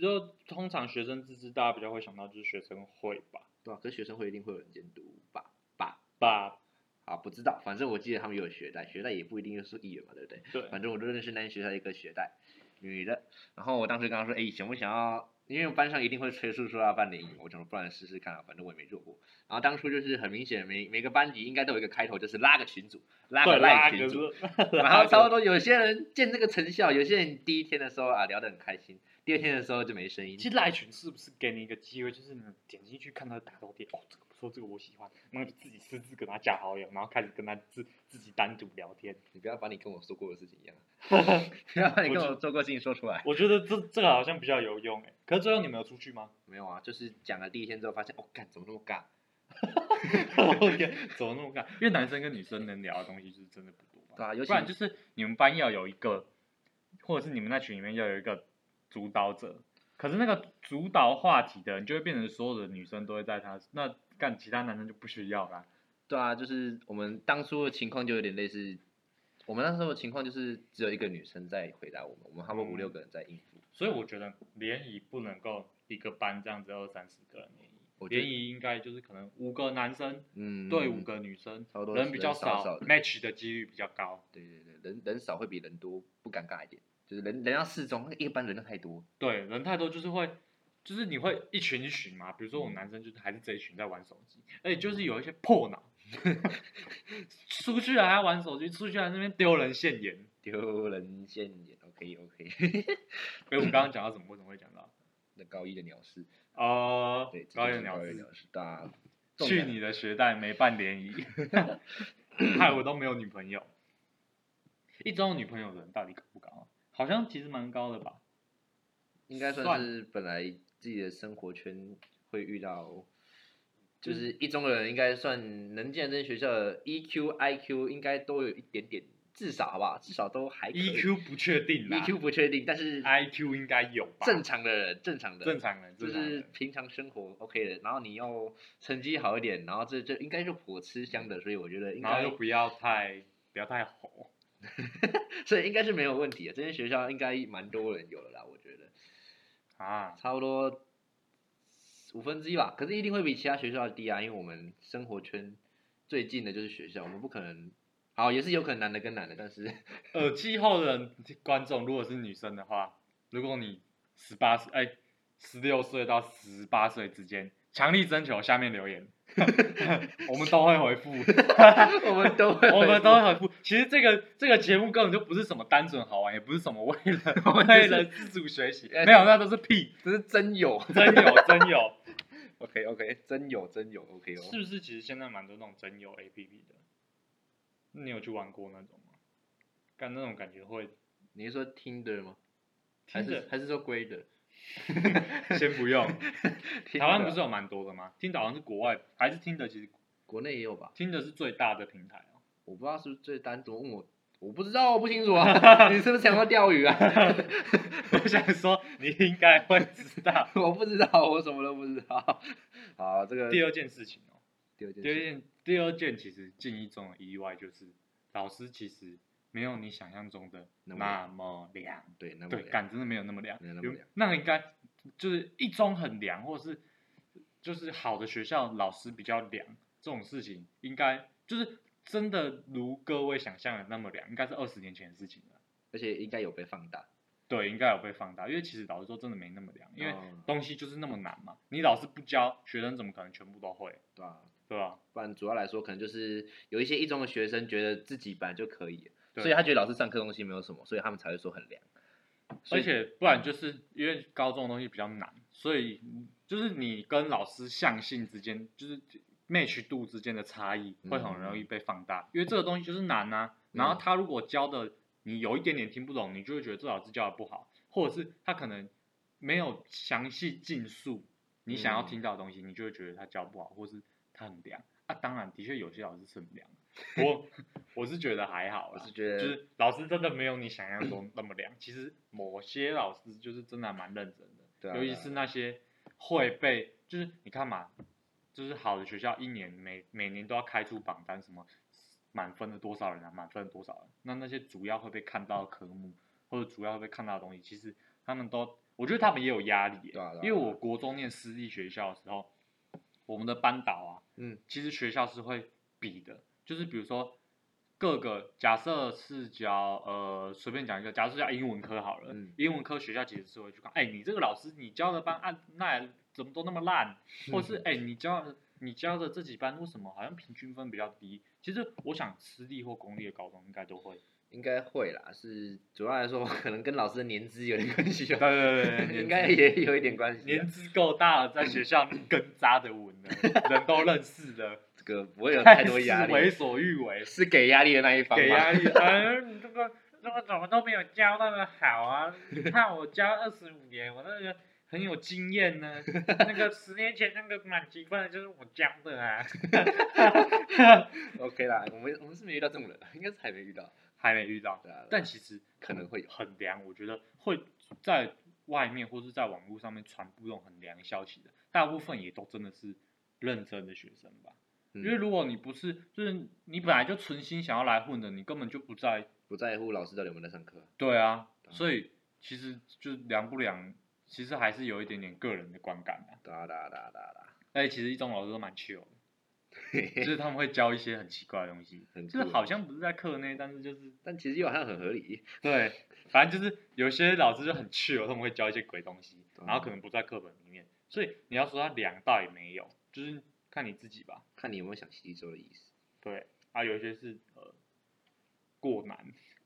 Speaker 1: 就通常学生自治，大家比较会想到就是学生会吧，
Speaker 2: 对啊，可是学生会一定会有人监督吧吧。
Speaker 1: 吧，
Speaker 2: 啊，不知道，反正我记得他们有学贷，学贷也不一定就是议员嘛，对不对？
Speaker 1: 对，
Speaker 2: 反正我就认识那间学校一个学贷女的，然后我当时跟她说，哎、想不想要？因为班上一定会催促说要办联谊嘛，我想说不然试试看啊，反正我也没做过。然后当初就是很明显，每每个班级应该都有一个开头，就是拉个群组，拉个
Speaker 1: 对
Speaker 2: 赖
Speaker 1: 拉个
Speaker 2: 群组，
Speaker 1: [LAUGHS]
Speaker 2: [LAUGHS]
Speaker 1: 是，
Speaker 2: 然后差不多有些人见这个成效，有些人第一天的时候啊聊得很开心，第二天的时候就没声音
Speaker 1: 其。实赖群是不是给你一个机会，就是你点进去看他的打斗店，哦，这个不错，这个我喜欢，然后就自己私自跟他加好友，然后开始跟他自自己单独聊天。
Speaker 2: 你不要把你跟我说过的事情
Speaker 1: [LAUGHS]
Speaker 2: 一样，不要把你跟我做过的事情说出来。
Speaker 1: 我觉得这这个好像比较有用哎。可是最后你们有出去吗？ [LAUGHS]
Speaker 2: 没有啊，就是讲了第一天之后发现，哦，干怎么那么尬？
Speaker 1: 我天，怎么那么干？因为男生跟女生能聊的东西就是真的不多吧
Speaker 2: 对啊，尤其
Speaker 1: 不然就是你们班要有一个，或者是你们那群里面要有一个主导者，可是那个主导话题的人就会变成所有的女生都会在他那干，其他男生就不需要啦。
Speaker 2: 对啊，就是我们当初的情况就有点类似，我们那时候的情况就是只有一个女生在回答我们，我们差不多五
Speaker 1: 嗯
Speaker 2: 六个人在应付。
Speaker 1: 所以我觉得联谊不能够一个班这样子二三十个人联
Speaker 2: 我
Speaker 1: 谊，
Speaker 2: 觉得
Speaker 1: 联谊应该就是可能五个男生
Speaker 2: 嗯，
Speaker 1: 对五个女生，
Speaker 2: 差不多
Speaker 1: 人比较
Speaker 2: 少
Speaker 1: 少
Speaker 2: 少的
Speaker 1: m a t c h 的几率比较高。
Speaker 2: 对对对，人人少会比人多不尴尬一点，就是人人要适中，一般人太多。
Speaker 1: 对，人太多就是会，就是你会一群一群嘛。比如说
Speaker 2: 嗯
Speaker 1: 我们男生就是还是这一群在玩手机，而且就是有一些破脑，出去了还要玩手机，出去还在那边丢人现眼。
Speaker 2: 丢人现眼，OK OK，
Speaker 1: 哎，我们刚刚讲到什么？为什么会讲到？
Speaker 2: [LAUGHS] 那高一的鸟事，
Speaker 1: 呃
Speaker 2: 对，，这
Speaker 1: 高
Speaker 2: 就
Speaker 1: 一的
Speaker 2: 是
Speaker 1: 鸟
Speaker 2: 高一的
Speaker 1: 事，
Speaker 2: 鸟事，啊大家重
Speaker 1: 去
Speaker 2: 感
Speaker 1: 你的学贷没办
Speaker 2: [LAUGHS]
Speaker 1: 联谊，害我都没有女朋友。一中有女朋友的人到底高不高啊？好像其实蛮高的吧。
Speaker 2: 应该算
Speaker 1: 算
Speaker 2: 是本来自己的生活圈会遇到，就
Speaker 1: 就是
Speaker 2: 是一中的人应该算能进这间学校的 E EQ、IQ 应该都有一点点，至少好不好？至少都还可以，E
Speaker 1: EQ E 不确定啦
Speaker 2: EQ 不确定，但是
Speaker 1: IQ 应该有吧？
Speaker 2: 正常的人，正常的
Speaker 1: 正常人，
Speaker 2: 就
Speaker 1: 正常
Speaker 2: 是
Speaker 1: 人
Speaker 2: 平常生活 OK 的，然后你又成绩好一点，然后这这应该是颇吃香的，所以我觉得应
Speaker 1: 然后
Speaker 2: 该
Speaker 1: 又，不要太不要太吼，
Speaker 2: 所以应该是没有问题的。这间学校应该蛮多人有了啦，我觉得。 [LAUGHS]
Speaker 1: 啊，
Speaker 2: 差不多五分之一吧，可是一定会比其他学校低啊，因为我们生活圈最近的就是学校，我们不可能，好也是有可能男的跟男的，但是 [LAUGHS]
Speaker 1: 耳机后的观众如果是女生的话，如果你
Speaker 2: [LAUGHS]
Speaker 1: 十八岁哎十六岁到十八岁之间，强力征求下面留言，我们都会回复，
Speaker 3: 我们都会，
Speaker 1: [LAUGHS] 我们都
Speaker 2: [LAUGHS]
Speaker 1: 会回复。其实这个这个节目根本就不是什么单纯好玩，也不是什么为 [LAUGHS]
Speaker 3: 我
Speaker 1: 了
Speaker 3: 们就是
Speaker 1: 为了自主学习，没有，那都是屁，
Speaker 3: 这是真有
Speaker 1: 哎
Speaker 2: [LAUGHS]
Speaker 1: [LAUGHS] 真有真 [LAUGHS] 有。
Speaker 3: ，OK OK，真有真有 OK 哦
Speaker 1: 是。不是其实现在蛮多那种真有 APP 的？你有去玩过那种吗？干那种感觉会，
Speaker 2: 你是说 Tinder 吗？还
Speaker 1: 听
Speaker 2: 是
Speaker 1: 着
Speaker 2: 还是说 Grader？
Speaker 1: [LAUGHS] 先不用。台湾不
Speaker 3: Tinder
Speaker 1: 是有蛮多的吗？听的好像是国外，还是听的？其实
Speaker 2: 啊国内也有吧？
Speaker 1: 听的是最大的平台哦。 [LAUGHS]
Speaker 2: 我不知道是不是最单独问我，我不知道，我不清楚啊。
Speaker 1: [LAUGHS]
Speaker 2: 你是不是想要钓鱼啊？ [LAUGHS]
Speaker 1: 我想说你应该会知道。
Speaker 2: 我不知道，我什么都不知道。
Speaker 3: 好，这个
Speaker 1: 第二件事情哦，
Speaker 2: 第二件
Speaker 1: 第二
Speaker 2: 事，
Speaker 1: 件第二件其实建议中的意外就是，老师其实没有你想象中的
Speaker 2: 那么凉
Speaker 1: 那么凉。
Speaker 2: 对，那么
Speaker 1: 对，
Speaker 2: 聊
Speaker 1: 感真的没有那么凉，
Speaker 2: 没有那
Speaker 1: 有
Speaker 2: 么凉
Speaker 1: 那应该就是一中很凉，或是就是好的学校老师比较凉，这种事情应该就是真的如各位想象的那么凉，应该是二十年前的事情了。
Speaker 2: 而且应该有被放大。
Speaker 1: 对，应该有被放大，因为其实老实说，真的没那么凉，因为
Speaker 2: 哦
Speaker 1: 东西就是那么难嘛。你老师不教，学生怎么可能全部都会，
Speaker 2: 对啊，
Speaker 1: 对吧？
Speaker 2: 不然主要来说，可能就是有一些一中的学生觉得自己本来就可以，
Speaker 1: 对
Speaker 2: 所以他觉得老师上课东西没有什么，所以他们才会说很凉。所
Speaker 1: 而
Speaker 2: 以
Speaker 1: 且不然就是因为高中的东西比较难，所以就是你跟老师相性之间，就是 match 度之间的差异会很容
Speaker 2: 嗯
Speaker 1: 易被放大，因为这个东西就是难啊。然后他如果教的你有一点点听不懂，你就会觉得这老师教的不好，或者是他可能没有详细尽述你想要
Speaker 2: 嗯
Speaker 1: 听到的东西，你就会觉得他教不好，或是他很凉啊。当然，的确有些老师是很凉，我 [LAUGHS] 我是觉得还好
Speaker 2: 我
Speaker 1: 啦
Speaker 2: 是。觉得，
Speaker 1: 就是老师真的没有你想象中那么凉。其实某些老师就是真的还蛮认真的，
Speaker 3: 对啊
Speaker 1: 尤
Speaker 3: 对
Speaker 1: 其
Speaker 3: 啊
Speaker 1: 是那些会被，就是你看嘛，就是好的学校一年每每年都要开出榜单，什么满分的多少人啊，满分的多少人，那那些主要会被看到的科目或者主要会被看到的东西，其实他们都，我觉得他们也有压力耶、
Speaker 3: 对啊对啊
Speaker 1: 因为我国中念私立学校的时候，我们的班导啊，
Speaker 2: 嗯，
Speaker 1: 其实学校是会比的，就是比如说各个假设是教呃随便讲一个，假设是教英文科好了，
Speaker 2: 嗯
Speaker 1: 英文科学校其实是会去看，哎，你这个老师你教的班按那怎么都那么烂，或是哎你教的你教的这几班为什么好像平均分比较低？其实我想私立或公立的高中应该都会，
Speaker 2: 应该会啦，是主要来说可能跟老师的年资有点关系
Speaker 1: 对
Speaker 2: 哦， [LAUGHS]
Speaker 1: 对 [LAUGHS] 对对，
Speaker 2: 应该也有一点关系啊、
Speaker 1: 年纪够大了，在学校根扎的稳了，人都认识的， [LAUGHS]
Speaker 2: 这个不会有太多
Speaker 1: 是 [LAUGHS]
Speaker 2: 压力，
Speaker 1: 为所欲为，
Speaker 2: 是给压力的那一方
Speaker 1: 给
Speaker 2: 吗 [LAUGHS]
Speaker 1: 压力，哎，你这个这个怎么都没有教那么好啊？你看我教二十五年，我那个很有经验呢。
Speaker 2: [LAUGHS]
Speaker 1: 那个十年前那个满级分的就是我教的啊。
Speaker 2: OK 啦，我们我们是没遇到这种人，啊应该是 [LAUGHS] 还没遇到。
Speaker 1: 还没遇到，
Speaker 2: 对啊，
Speaker 1: 但其实
Speaker 2: 可能会有
Speaker 1: 很凉，我觉得会在外面或是在网络上面传播这种很凉的消息的，大部分也都真的是认真的学生吧。
Speaker 2: 嗯
Speaker 1: 因为如果你不是，就是你本来就存心想要来混的，你根本就不在
Speaker 2: 不在乎老师到底有没有在上课。
Speaker 1: 对啊，
Speaker 2: 对啊
Speaker 1: 所以其实就是凉不凉，其实还是有一点点个人的观感的、
Speaker 2: 哒
Speaker 1: 啊。
Speaker 2: 哒哒哒哒，
Speaker 1: 而且其实一中老师都蛮 chill 的，
Speaker 2: 嘿
Speaker 1: 就
Speaker 2: 嘿
Speaker 1: 是他们会教一些很奇怪的东西，
Speaker 2: 很
Speaker 1: 就是
Speaker 2: 酷啊
Speaker 1: 好像不是在课内，但是就是
Speaker 2: 但其实又好像很合理。
Speaker 1: 对，反正就是有些老师就很 chill，他们会教一些鬼东西，
Speaker 2: 对啊
Speaker 1: 然后可能不在课本里面，所以你要说它凉倒也没有，就是看你自己吧。
Speaker 2: 看你有没有想吸收的意思。
Speaker 1: 对，啊，有一些是呃过难，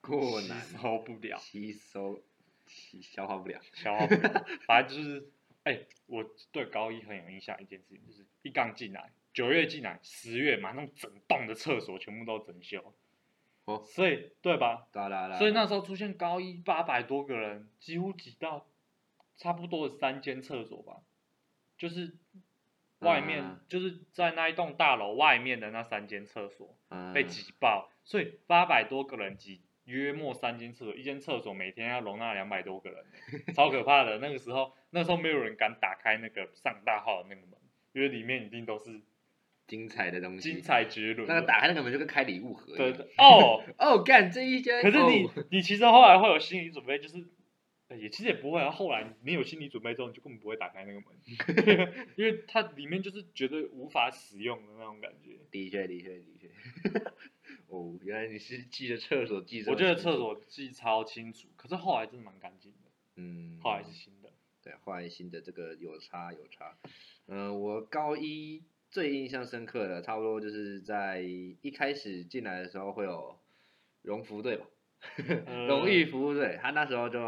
Speaker 2: 过难
Speaker 1: 吸收不了。
Speaker 2: 吸收，吸消化不了。
Speaker 1: 消化不良，反正就是，哎、我对高一很有印象一件事情，就是一刚进来，九月进来，十月马上整栋的厕所全部都整修，
Speaker 2: 哦
Speaker 1: 所以对吧？
Speaker 2: 哒哒哒。
Speaker 1: 所以那时候出现高一八百多个人，几乎挤到差不多的三间厕所吧，就是外面、
Speaker 2: 啊
Speaker 1: 就是在那一栋大楼外面的那三间厕所，
Speaker 2: 嗯
Speaker 1: 被挤爆，所以八百多个人挤约莫三间厕所，一间厕所每天要容纳两百多个人，欸超可怕的。那个时候，那时候没有人敢打开那个上大号的那个门，因为里面一定都是
Speaker 2: 精彩的东西。
Speaker 1: 精。彩绝伦的。
Speaker 2: 那个打开那个门就跟开礼物盒一
Speaker 1: 对
Speaker 2: 样。
Speaker 1: 对哦，
Speaker 2: 哦，干这一间。
Speaker 1: 可是你、
Speaker 2: 哦
Speaker 1: 你其实后来会有心理准备，就是。呃也其实也不会啊，后来你有心理准备之后，你就根本不会打开那个门， [LAUGHS] 因为因为它里面就是觉得无法使用的那种感觉。
Speaker 2: 的确的确的确。哦，原来你是记着厕所记着。
Speaker 1: 我觉得厕。所记超清楚，可是后来真的蛮干净的。
Speaker 2: 嗯。
Speaker 1: 后来是新的。
Speaker 2: 对，后来新的这个有差有差。嗯、我高一最印象深刻的，差不多就是在一开始进来的时候会有荣福队吧，
Speaker 1: 嗯
Speaker 2: 荣誉服务队，他那时候就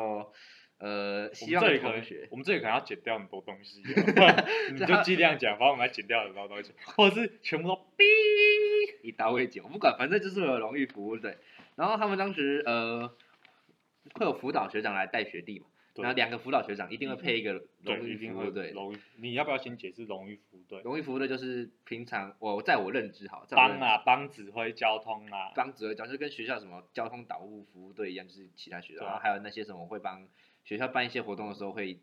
Speaker 2: 呃
Speaker 1: 我
Speaker 2: 希
Speaker 1: 们
Speaker 2: 望
Speaker 1: 这里可
Speaker 2: 同
Speaker 1: 能
Speaker 2: 学，
Speaker 1: 我们这里可能要剪掉很多东
Speaker 2: [LAUGHS]
Speaker 1: 西哦，你就尽量讲，把我们要剪掉很多东西，或者是全部都哔。
Speaker 2: 一刀未剪，我不管，反正就是有荣誉服务队。然后他们当时呃会有辅导学长来带学弟嘛，
Speaker 1: 对
Speaker 2: 然后两个辅导学长一定会配一个荣
Speaker 1: 对，
Speaker 2: 誉
Speaker 1: 一定
Speaker 2: 服
Speaker 1: 会
Speaker 2: 务队。
Speaker 1: 荣誉。你要不要先解释荣誉服务队？
Speaker 2: 荣誉服务队就是平常我在我认知好，在我认
Speaker 1: 帮
Speaker 2: 知
Speaker 1: 啊，帮指挥交通啊啦、
Speaker 2: 帮指挥交，就跟学校什么交通导护服务队一样，就是其他学校，
Speaker 1: 对啊
Speaker 2: 然后还有那些什么会帮学校办一些活动的时候会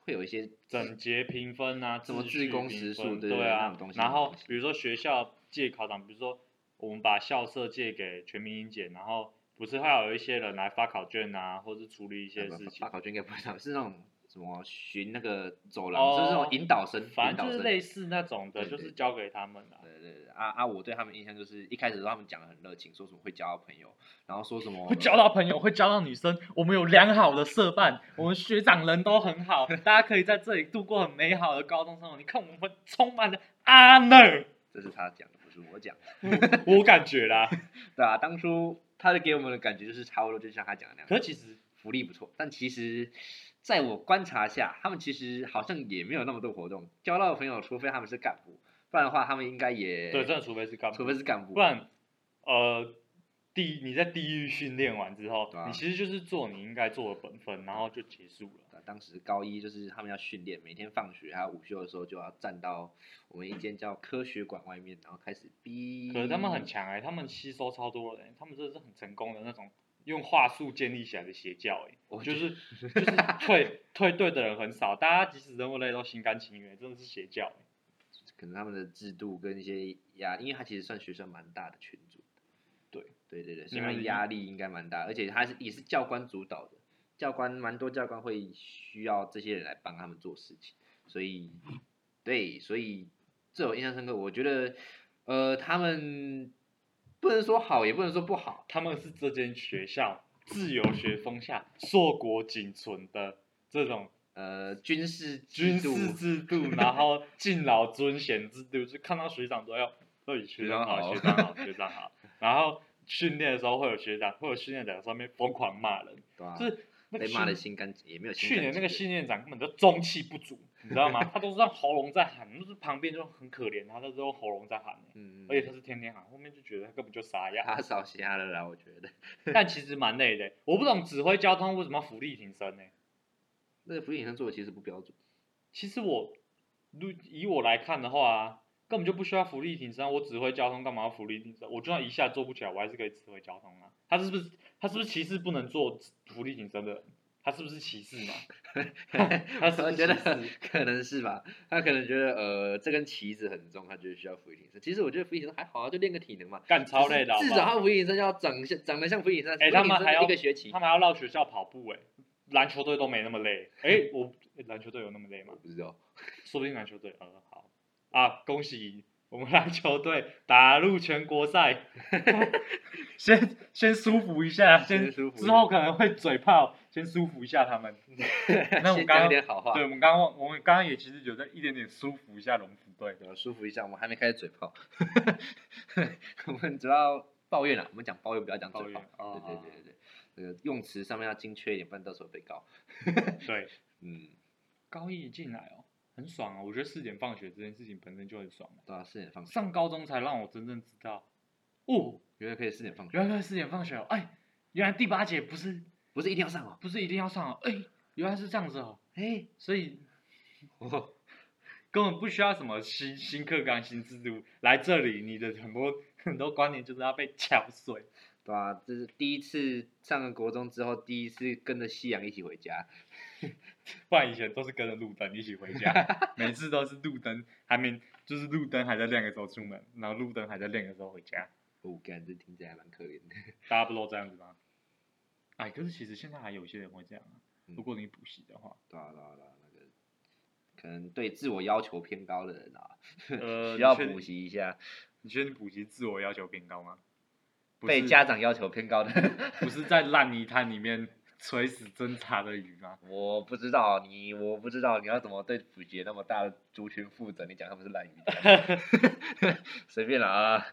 Speaker 2: 会有一些
Speaker 1: 整洁评分啊，
Speaker 2: 什么
Speaker 1: 秩序
Speaker 2: 自工
Speaker 1: 评
Speaker 2: 时数
Speaker 1: 分
Speaker 2: 对对
Speaker 1: 对
Speaker 2: 对那
Speaker 1: 啊
Speaker 2: 种东西
Speaker 1: 然
Speaker 2: 那种
Speaker 1: 后
Speaker 2: 东西
Speaker 1: 比如说学校借考场，比如说我们把校舍借给全民英检，然后不是还有一些人来发考卷啊，或是处理一些
Speaker 2: 呃
Speaker 1: 事情
Speaker 2: 发发，考卷应该不会上，是那种什么巡那个走廊，就是那
Speaker 1: 哦
Speaker 2: 种引导生，
Speaker 1: 反
Speaker 2: 引
Speaker 1: 正
Speaker 2: 导
Speaker 1: 就是
Speaker 2: 生
Speaker 1: 类似那种的，
Speaker 2: 对
Speaker 1: 就
Speaker 2: 对
Speaker 1: 是交给他们啦、
Speaker 2: 对对对，啊啊！我对他们印象就是一开始他们讲的很热情，说什么会交到朋友，然后说什么
Speaker 1: 会交到朋友，会交到女生。我们有良好的社办，我们学长人都很 [LAUGHS] 好，大家可以在这里度过很美好的高中生活。你看，我们充满了阿乐，
Speaker 2: 这是他讲的，不是我讲的。
Speaker 1: [LAUGHS] 我感觉 [LAUGHS] 啦。
Speaker 2: 对啊，当初他就给我们的感觉就是差不多，就像他讲的那样，
Speaker 1: 可是其实
Speaker 2: 福利不错。但其实，在我观察下，他们其实好像也没有那么多活动。交到的朋友，除非他们是干部，不然的话他们应该也
Speaker 1: 对，真的，除非是干部
Speaker 2: 除，非是干部，
Speaker 1: 不然呃，地你在地狱训练完之后，
Speaker 2: 对啊
Speaker 1: 你其实就是做你应该做的本分，然后就结束了。
Speaker 2: 啊当时高一就是他们要训练，每天放学还有午休的时候就要站到我们一间叫科学馆外面，然后开始逼。
Speaker 1: 可是他们很强哎、他们吸收超多人、他们真的是很成功的那种用话术建立起来的邪教哎、
Speaker 2: 我
Speaker 1: 就
Speaker 2: 觉
Speaker 1: 是就是退退队的人很少，大家即使任务类都心甘情愿，真的是邪教欸、
Speaker 2: [LAUGHS] 可能他们的制度跟一些压，因为他其实算学生蛮大的群组的
Speaker 1: 对嗯
Speaker 2: 对对对，所
Speaker 1: 你
Speaker 2: 以
Speaker 1: 们
Speaker 2: 他
Speaker 1: 已
Speaker 2: 压力应该蛮大，而且他是也是教官主导的，教官蛮多教官会需要这些人来帮他们做事情，所以对，所以这我印象深刻。我觉得呃，他们不能说好，也不能说不好，
Speaker 1: 他们是这间学校自由学风下硕果仅存的这种
Speaker 2: 呃，军事
Speaker 1: 军
Speaker 2: 制度
Speaker 1: 事制
Speaker 2: [LAUGHS]
Speaker 1: 度，然后敬老尊贤制度，就看到学长都要，对，学长
Speaker 2: [LAUGHS]
Speaker 1: 好，学
Speaker 2: 学
Speaker 1: 长好，学长好。然后训练的时候会有学长，会有训练长上面疯狂骂人，
Speaker 2: 对吧、嗯
Speaker 1: 就是那个
Speaker 2: 啊被骂
Speaker 1: 训
Speaker 2: 的心甘也没有心
Speaker 1: 去
Speaker 2: 甘
Speaker 1: 年那
Speaker 2: 情
Speaker 1: 个
Speaker 2: 愿
Speaker 1: 训练长根本就中气不足，你知道吗？他都是让喉咙在喊，就是旁边就很可怜，他都是用喉咙在喊欸、
Speaker 2: 嗯，嗯
Speaker 1: 而
Speaker 2: 嗯
Speaker 1: 且他是天天喊，后面就觉得他根本就
Speaker 2: [LAUGHS]
Speaker 1: 傻呀。
Speaker 2: 他少瞎了啦，我觉得。
Speaker 1: 但其实蛮累的欸、我不懂指挥交通为什么要福利挺身呢、
Speaker 2: 那个福利生做的其实不标准，
Speaker 1: 其实我，如以我来看的话、啊，根本就不需要福利挺身，我指挥交通干嘛要福利挺身？我就算一下做不起来，我还是可以指挥交通啊。他是不是他是不是歧视不能做福利挺身的人？他是不是歧视嘛？ [LAUGHS] 他是不
Speaker 2: 我
Speaker 1: 是
Speaker 2: 觉
Speaker 1: 歧
Speaker 2: 得
Speaker 1: 视？
Speaker 2: [LAUGHS] 可能是吧。他可能觉得呃，这根旗子很重，他觉得需要福利挺身。其实我觉得福利挺身还好啊，就练个体能嘛。
Speaker 1: 干超累的好
Speaker 2: 至少
Speaker 1: 不
Speaker 2: 至少
Speaker 1: 好？
Speaker 2: 他福利挺身要长像长得像福利挺身，
Speaker 1: 哎
Speaker 2: 福利挺
Speaker 1: 他们
Speaker 2: 身
Speaker 1: 还要
Speaker 2: 一个学期
Speaker 1: 他。们还要绕学校跑步哎、篮球队都没那么累。哎、我哎篮球队有那么累吗
Speaker 2: 我？不知道，
Speaker 1: 说不定篮球队，呃，好啊，恭喜我们篮球队打入全国赛， [LAUGHS] 先先舒服一下，
Speaker 2: 先舒服一下
Speaker 1: 之后可能会嘴炮，先舒服一下他们。那我
Speaker 2: 先讲
Speaker 1: 刚刚
Speaker 2: 一点好话，
Speaker 1: 对，我们刚刚我们刚刚也其实有在一点点舒服一下龙虎队，
Speaker 2: 呃，舒服一下。我们还没开始嘴炮， [LAUGHS] 我们主要抱怨了。我们讲抱怨，不要讲嘴炮。
Speaker 1: 啊
Speaker 2: 对对对对对，这个用词上面要精确一点，不然到时候被告。
Speaker 1: 对对，
Speaker 2: 嗯，
Speaker 1: 高一进来哦，很爽啊，我觉得四点放学这件事情本身就很爽了。
Speaker 2: 对啊，四点放学，
Speaker 1: 上高中才让我真正知道，哦，
Speaker 2: 原来可以四点放学，
Speaker 1: 原来四点放学哦，哎，原来第八节不是
Speaker 2: 不是一定要上哦。
Speaker 1: 不是一定要上哦，哎，原来是这样子哦，
Speaker 2: 哎，
Speaker 1: 所以
Speaker 2: 哦，
Speaker 1: 根本不需要什么新新课纲、新制度，来这里你的很多很多观念就是要被敲碎。
Speaker 2: [LAUGHS]
Speaker 1: [LAUGHS]
Speaker 2: 对啊，这是第一次上了国中之后，第一次跟着夕阳一起回家。
Speaker 1: 不然以前都是跟着路灯一起回
Speaker 2: [LAUGHS]
Speaker 1: 家，每次都是路灯还没，就是路灯还在亮的时候出门，然后路灯还在亮的时候回家，
Speaker 2: 哦，感觉听起来还蛮可怜的。 [LAUGHS]
Speaker 1: 大家不都这样子吗？哎，可是其实现在还有些人会这样啊，
Speaker 2: 嗯
Speaker 1: 如果你补习
Speaker 2: [LAUGHS]
Speaker 1: 的话，
Speaker 2: 对啊，对啊，对啊，那个可能对自我要求偏高的人啊，
Speaker 1: 呃
Speaker 2: 需要补。习一下。
Speaker 1: 你觉得你补习自我要求偏高吗？不
Speaker 2: 被
Speaker 1: 是
Speaker 2: 家长要求偏高的，
Speaker 1: 不是在烂泥潭里面垂死挣扎的鱼吗？
Speaker 2: [LAUGHS] 我不知道你，我不知道你要怎么对普杰那么大的族群负责？你讲他们是烂鱼蛋， [LAUGHS] 随便啦啊。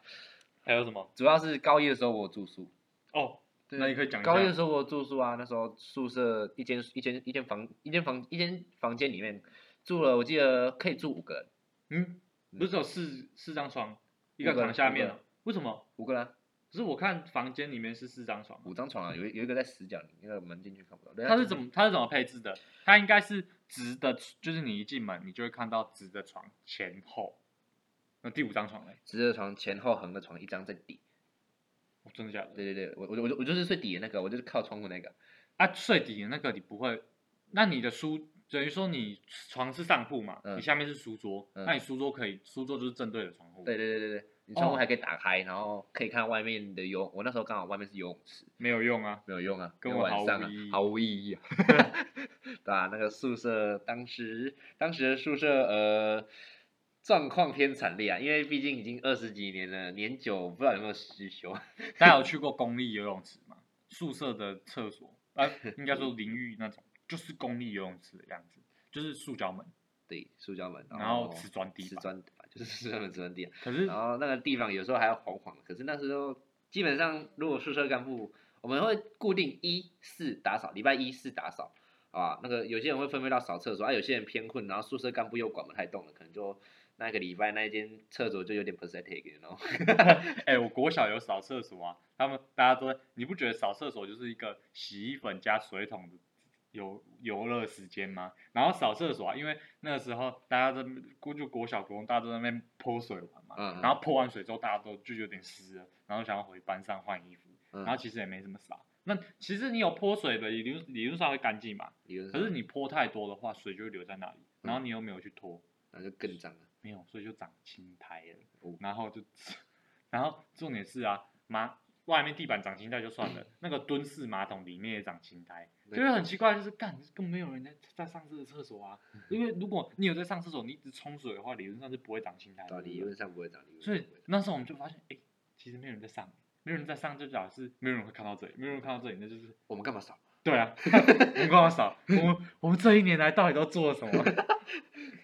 Speaker 1: 还有什么？
Speaker 2: 主要是高一的时候我住宿，
Speaker 1: 哦，那你可以讲一下
Speaker 2: 高一的时候我住宿啊，那时候宿舍一间一间一间房一间房一间房间里面住了，我记得可以住五个人，
Speaker 1: 嗯，不是有四四张床，一
Speaker 2: 五
Speaker 1: 个
Speaker 2: 个
Speaker 1: 床下
Speaker 2: 五个
Speaker 1: 面啊，为什么？
Speaker 2: 五个人啊、
Speaker 1: 可是我看房间里面是四张床啊，
Speaker 2: 五张床啊，有一有一个在死角里，那个门进去看不到。对啊
Speaker 1: 它是怎么它是怎么配置的？它应该是直的，就是你一进门你就会看到直的床前后，那第五张床嘞？
Speaker 2: 直的床前后横的床一张在底？
Speaker 1: 哦真的假的？
Speaker 2: 对对对，我我就我就我就是睡底的那个，我就是靠窗户那个。
Speaker 1: 啊，睡底的那个你不会，那你的书等于说你床是上铺嘛，
Speaker 2: 嗯
Speaker 1: 你下面是书桌，
Speaker 2: 嗯
Speaker 1: 那你书桌可以，书桌就是正对着窗户，
Speaker 2: 对，对对对对，你窗户
Speaker 1: 哦
Speaker 2: 还可以打开，然后可以看到外面的游。我那时候刚好外面是游泳池，
Speaker 1: 没有用啊。
Speaker 2: 没有用啊，
Speaker 1: 根
Speaker 2: 因为
Speaker 1: 本毫
Speaker 2: 晚上
Speaker 1: 无
Speaker 2: 啊
Speaker 1: 意义
Speaker 2: 毫无意义
Speaker 1: [LAUGHS]
Speaker 2: 啊， [LAUGHS] 对啊，那个宿舍当时当时的宿舍呃状况偏惨烈啊，因为毕竟已经二十几年了，年久不知道有没有失修。
Speaker 1: 大家有去过公立游泳池吗？宿舍的厕所，啊，应该说淋浴那种，就是公立游泳池的样子，就是塑胶门，
Speaker 2: 对，塑胶门，哦
Speaker 1: 然后瓷砖地
Speaker 2: 瓷
Speaker 1: 板。
Speaker 2: 砖地板就是 [LAUGHS] 瓷砖门瓷砖地板，
Speaker 1: 可是
Speaker 2: 然后那个地方有时候还要黄黄的，可是那时候基本上如果宿舍干部，我们会固定一四打扫，礼拜一四打扫啊。那个有些人会分配到扫厕所，啊，有些人偏困，然后宿舍干部又管不太动了，可能就那个礼拜那一间厕所就有点 pathetic，然后
Speaker 1: 哎、我国小有扫厕所啊，他们大家都在，你不觉得扫厕所就是一个洗衣粉加水桶的游游乐时间吗？然后扫厕所啊，因为那个时候大家都估就国小国中大家都在那边泼水玩嘛，
Speaker 2: 嗯嗯
Speaker 1: 然后泼完水之后大家都就有点湿了，然后想要回班上换衣服，
Speaker 2: 嗯
Speaker 1: 然后其实也没什么扫。那其实你有泼水的理论理论上会干净嘛，
Speaker 2: 理论
Speaker 1: 可
Speaker 2: 上
Speaker 1: 是你泼太多的话，水就会留在那里，
Speaker 2: 嗯
Speaker 1: 然后你又没有去拖，
Speaker 2: 那就更脏了。
Speaker 1: 没有，所以就长青苔了。
Speaker 2: 哦
Speaker 1: [LAUGHS] 然后就，然后重点是啊，马外面地板长青苔就算了，那个蹲式马桶里面也长青苔，就
Speaker 2: 对
Speaker 1: 是很奇怪，就是干根本没有人在在上这个厕所
Speaker 2: [LAUGHS]
Speaker 1: 啊。因为如果你有在上厕所，你一直冲水的话，理论上是不会长青苔的。
Speaker 2: 到
Speaker 1: 对
Speaker 2: 啊理
Speaker 1: 不对
Speaker 2: 论上不会长，理论
Speaker 1: 嗯所
Speaker 2: 上
Speaker 1: 以
Speaker 2: 不会长。
Speaker 1: 那时候我们就发现，哎，其实没有人在上，没有人在上，就表示没有人会看到这里，没有人看到这里，那就是
Speaker 2: 我们干嘛扫？
Speaker 1: 对啊， [LAUGHS] 我们刚好少，我们我们这一年来到底都做了什么？ [LAUGHS]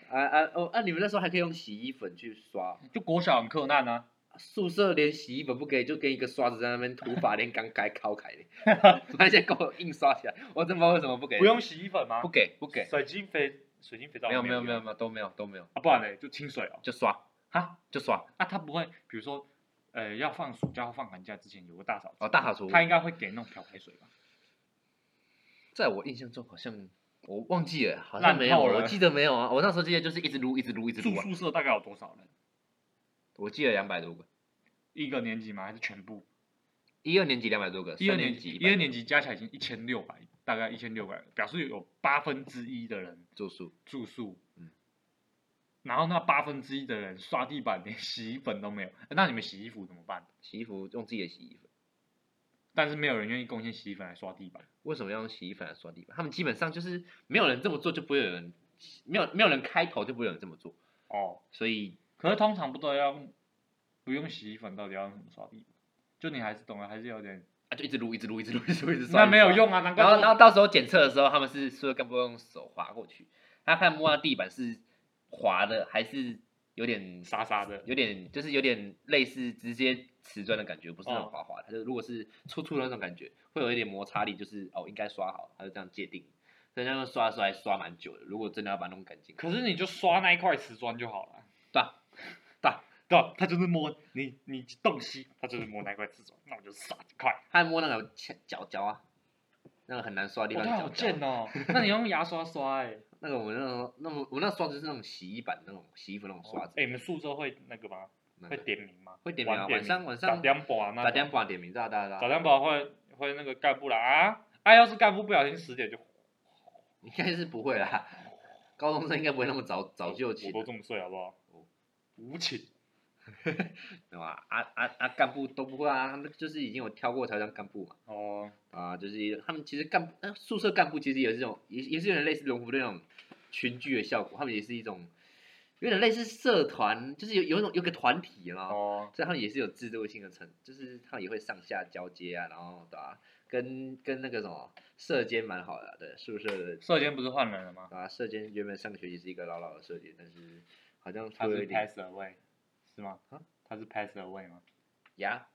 Speaker 2: 啊啊哦啊！你们那时候还可以用洗衣粉去刷，
Speaker 1: 就国小很困难啊，
Speaker 2: 宿舍连洗衣粉不给，就跟一个刷子在那边涂法连刚改敲开的，
Speaker 1: [LAUGHS]
Speaker 2: 发现给我硬刷起来，我真不知道为什么不给，
Speaker 1: 不用洗衣粉吗？
Speaker 2: 不给不给，
Speaker 1: 水晶肥水晶肥皂
Speaker 2: 没有没有
Speaker 1: 用
Speaker 2: 没有没有都没有都没有，
Speaker 1: 啊，不然嘞就清水哦。
Speaker 2: 就刷
Speaker 1: 啊
Speaker 2: 就刷
Speaker 1: 啊，他不会，比如说，呃，要放暑假或放寒假之前有个大扫除，
Speaker 2: 哦大扫除，
Speaker 1: 他应该会给那种漂白水吧？
Speaker 2: 在我印象中好像我忘记了，好
Speaker 1: 烂
Speaker 2: 像没有，
Speaker 1: 透
Speaker 2: 我
Speaker 1: 了
Speaker 2: 记得没有啊，我那时候记得就是一直撸一直撸一直
Speaker 1: 住
Speaker 2: 撸啊，
Speaker 1: 宿舍大概有多少人？
Speaker 2: 我记得两百多个，
Speaker 1: 一个年级吗？还是全部？
Speaker 2: 一二年级两百多个，
Speaker 1: 一
Speaker 2: 三
Speaker 1: 二年
Speaker 2: 级
Speaker 1: 一二年级加起来已经一千六百，大概一千六百人，表示有八分之一的人
Speaker 2: 住宿，
Speaker 1: 住宿。
Speaker 2: 嗯
Speaker 1: 然后那八分之一的人刷地板，连洗衣粉都没有。呃那你们洗衣服怎么办？
Speaker 2: 洗衣服用自己的洗衣粉，
Speaker 1: 但是没有人愿意贡献洗衣粉来刷地板。
Speaker 2: 为什么要用洗衣粉来刷地板？他们基本上就是没有人这么做，就不会有人没有没有人开头就不会有人这么做，
Speaker 1: 哦，
Speaker 2: 所以
Speaker 1: 可是通常不都要用不用洗衣粉，到底要用什么刷地板？就你还是懂了，还是有点
Speaker 2: 啊就一直撸一直撸 [LAUGHS] 一直撸一直撸一直刷，一
Speaker 1: 那
Speaker 2: 直
Speaker 1: 没有
Speaker 2: 刷
Speaker 1: 用啊，难怪
Speaker 2: 然后，
Speaker 1: 说
Speaker 2: 然后到时候检测的时候，他们是说干部用手滑过去，他看摸到地板是滑的，还是有点
Speaker 1: 沙沙的
Speaker 2: 有点就是有点类似直接瓷砖的感觉，不是那
Speaker 1: 哦
Speaker 2: 种滑滑的，它就如果是粗粗的那种感觉，会有一点摩擦力，就是哦应该刷好，他就这样界定。所以那个刷的时候还刷蛮久的，如果真的要把它弄干净，
Speaker 1: 可是你就刷那一块瓷砖就好了。 [LAUGHS]
Speaker 2: 对啊
Speaker 1: 对啊对啊，他就是摸你你洞悉，他就是摸那块瓷砖，那我就刷几块。
Speaker 2: 他还摸那个切角角啊，那个很难刷的地
Speaker 1: 哇，
Speaker 2: 方
Speaker 1: 他
Speaker 2: 角
Speaker 1: 好
Speaker 2: 角啊、[LAUGHS]
Speaker 1: 贱哦！那你用牙刷刷哎、欸。
Speaker 2: 那个我们那时候，那我我那刷子是那种洗衣板那种洗衣服那种 [LAUGHS] 刷子，
Speaker 1: 哎、你们宿舍会那个吗？
Speaker 2: 那
Speaker 1: 会
Speaker 2: 个
Speaker 1: 点名吗？
Speaker 2: 会点名啊，晚上晚上
Speaker 1: 打点把那
Speaker 2: 打
Speaker 1: 种
Speaker 2: 电话点名，对啊对啊对啊
Speaker 1: 打点把会会那个干部来啊啊！要是干部不小心十点就
Speaker 2: 应该是不会啦， [LAUGHS] 高中生应该不会那么早早就起
Speaker 1: 我，都这么睡好不好
Speaker 2: 哦？
Speaker 1: 无情。
Speaker 2: 对吧？啊啊啊，干部都不会啊，他们就是已经有挑过才当干部嘛，
Speaker 1: 哦，
Speaker 2: 啊，就是他们其实干部，呃，宿舍干部其实也是这种，也也是有点类似龙虎队那种群聚的效果，他们也是一种有点类似社团，就是有有一种有个团体嘛，
Speaker 1: 哦，
Speaker 2: 所以他们也是有制度性的成，就是他们也会上下交接啊，然后对吧、跟跟那个什么社监蛮好的啊、对宿舍的
Speaker 1: 社监不是换人了吗？
Speaker 2: 啊，社监原本上个学期是一个老老的社监，但是好像
Speaker 1: 他
Speaker 2: 出了
Speaker 1: 是
Speaker 2: 一点
Speaker 1: pass away 是吗
Speaker 2: 啊？
Speaker 1: 他是 pass away 吗？
Speaker 2: 呀，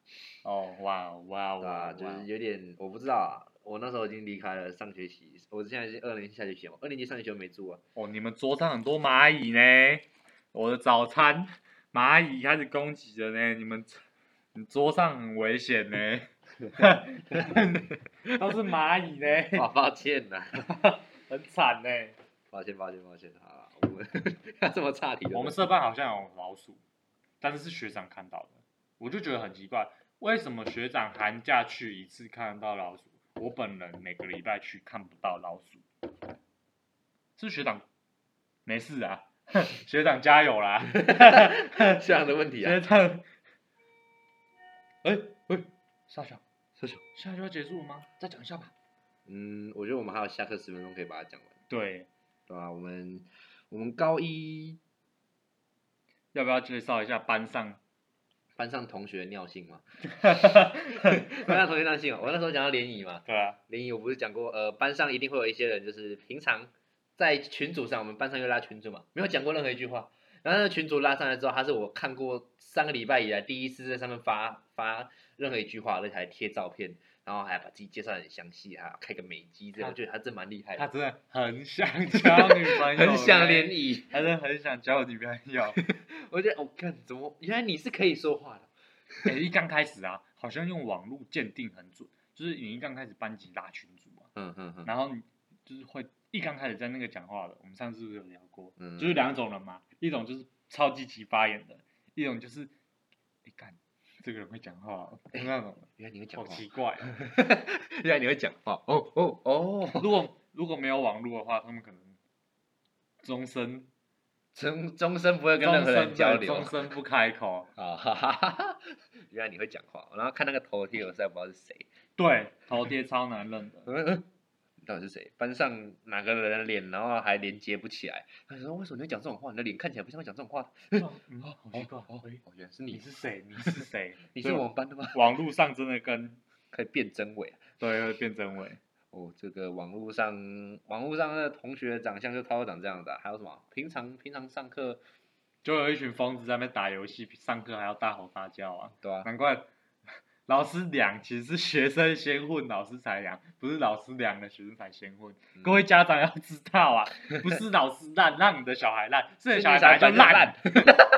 Speaker 1: 哦，哇哦哇哦
Speaker 2: 对
Speaker 1: 哇
Speaker 2: 吧、
Speaker 1: 哦，
Speaker 2: 就是有点我不知道啊，我那时候已经离开了上学期，我现在是二年级下学期嘛，二年级上学期我没
Speaker 1: [LAUGHS]
Speaker 2: 住啊，
Speaker 1: 哦，你们桌上很多蚂蚁呢，我的早餐蚂蚁开始攻击了呢，你们你桌上很危险呢，都是蚂蚁呢，
Speaker 2: 啊，抱歉呐、
Speaker 1: 很惨呢。
Speaker 2: 抱歉抱歉抱歉，好啦，我们 [LAUGHS] 要这么差题的人，
Speaker 1: 我们社办好像有老鼠，但是是学长看到的，我就觉得很奇怪，为什么学长寒假去一次看得到老鼠，我本人每个礼拜去看不到老鼠？是学长没事啊， [LAUGHS] 学长加油啦！
Speaker 2: [LAUGHS] 这样的问题啊
Speaker 1: 学，长，哎哎，沙小
Speaker 2: 社长，
Speaker 1: 现在就要结束了吗？再讲一下吧。
Speaker 2: [LAUGHS] 嗯，我觉得我们还有下课十分钟可以把它讲完，
Speaker 1: 对，
Speaker 2: 对吧、啊我们我们高一
Speaker 1: 要不要介绍一下班 [LAUGHS] 上？
Speaker 2: 班上同学的尿性嘛，班上同学尿性哦，我那时候讲到联谊嘛，
Speaker 1: 对啊，
Speaker 2: 联谊我不是讲过，呃，班上一定会有一些人，就是平常在群组上，我们班上又拉群组嘛，没有讲过任何一句话。然后那个群组拉上来之后，他是我看过三个礼拜以来第一次在上面发发任何一句话，而且还贴照片，然后还把自己介绍得很详细，还开个美肌，这样
Speaker 1: 他
Speaker 2: 我觉得他真蛮厉害
Speaker 1: [LAUGHS] 他
Speaker 2: 的，
Speaker 1: 真的很想交女朋友，
Speaker 2: 很想联谊。
Speaker 1: 还是很想交女朋友。
Speaker 2: 我觉得我看、干怎么，原来你是可以说话的，
Speaker 1: 哎、一刚开始啊，好像用网络鉴定很准，就是你一刚开始班级拉群组啊，
Speaker 2: 嗯嗯嗯，
Speaker 1: 然后你就是会一刚开始在那个讲话的，我们上次不是有聊过，
Speaker 2: 嗯
Speaker 1: 就是两种人嘛，一种就是超积极发言的，一种就是哎干、这个人会讲话哦，就那种的，
Speaker 2: 原来你会讲
Speaker 1: 好
Speaker 2: 话，
Speaker 1: 奇怪、
Speaker 2: [LAUGHS]
Speaker 1: 哦
Speaker 2: 原来你会讲话，哦哦哦，
Speaker 1: [LAUGHS] 如果如果没有网络的话，他们可能终身
Speaker 2: 终终身不会跟
Speaker 1: 终
Speaker 2: 任何人
Speaker 1: 身
Speaker 2: 交
Speaker 1: 对
Speaker 2: 流
Speaker 1: 终，身不开口。哦
Speaker 2: 啊，哈哈哈哈！原来你会讲话，然后看那个头贴，我实在不知道是谁，
Speaker 1: 对，头贴超难
Speaker 2: [LAUGHS]
Speaker 1: 认的。
Speaker 2: 嗯嗯，到底是谁？班上哪个人的脸，然后还连接不起来。他说：“为什么你会讲这种话？你的脸看起来不像会讲这种话的。
Speaker 1: 嗯，好奇怪。
Speaker 2: 哦
Speaker 1: 哎”
Speaker 2: 哦，原来是
Speaker 1: 你
Speaker 2: 你，？
Speaker 1: 是谁？你是谁
Speaker 2: [LAUGHS] 你是我们班的吗？
Speaker 1: 网络上真的跟
Speaker 2: 可以变真伪啊！
Speaker 1: 对会变真伪。
Speaker 2: 哦，这个网络上网络上的同学长相就差不多长这样子、啊，还有什么？平常平常上课
Speaker 1: 就有一群疯子在那边打游戏，上课还要大吼大叫啊！
Speaker 2: 对吧、嗯
Speaker 1: 难怪 [LAUGHS] 老师凉，其实是学生先混，老师才凉，不是老师凉了，学生才先混。
Speaker 2: 嗯
Speaker 1: 各位家长要知道啊，不是老师烂让你的小孩烂，是你的小孩本来
Speaker 2: 是
Speaker 1: 就
Speaker 2: 你的小孩
Speaker 1: 烂，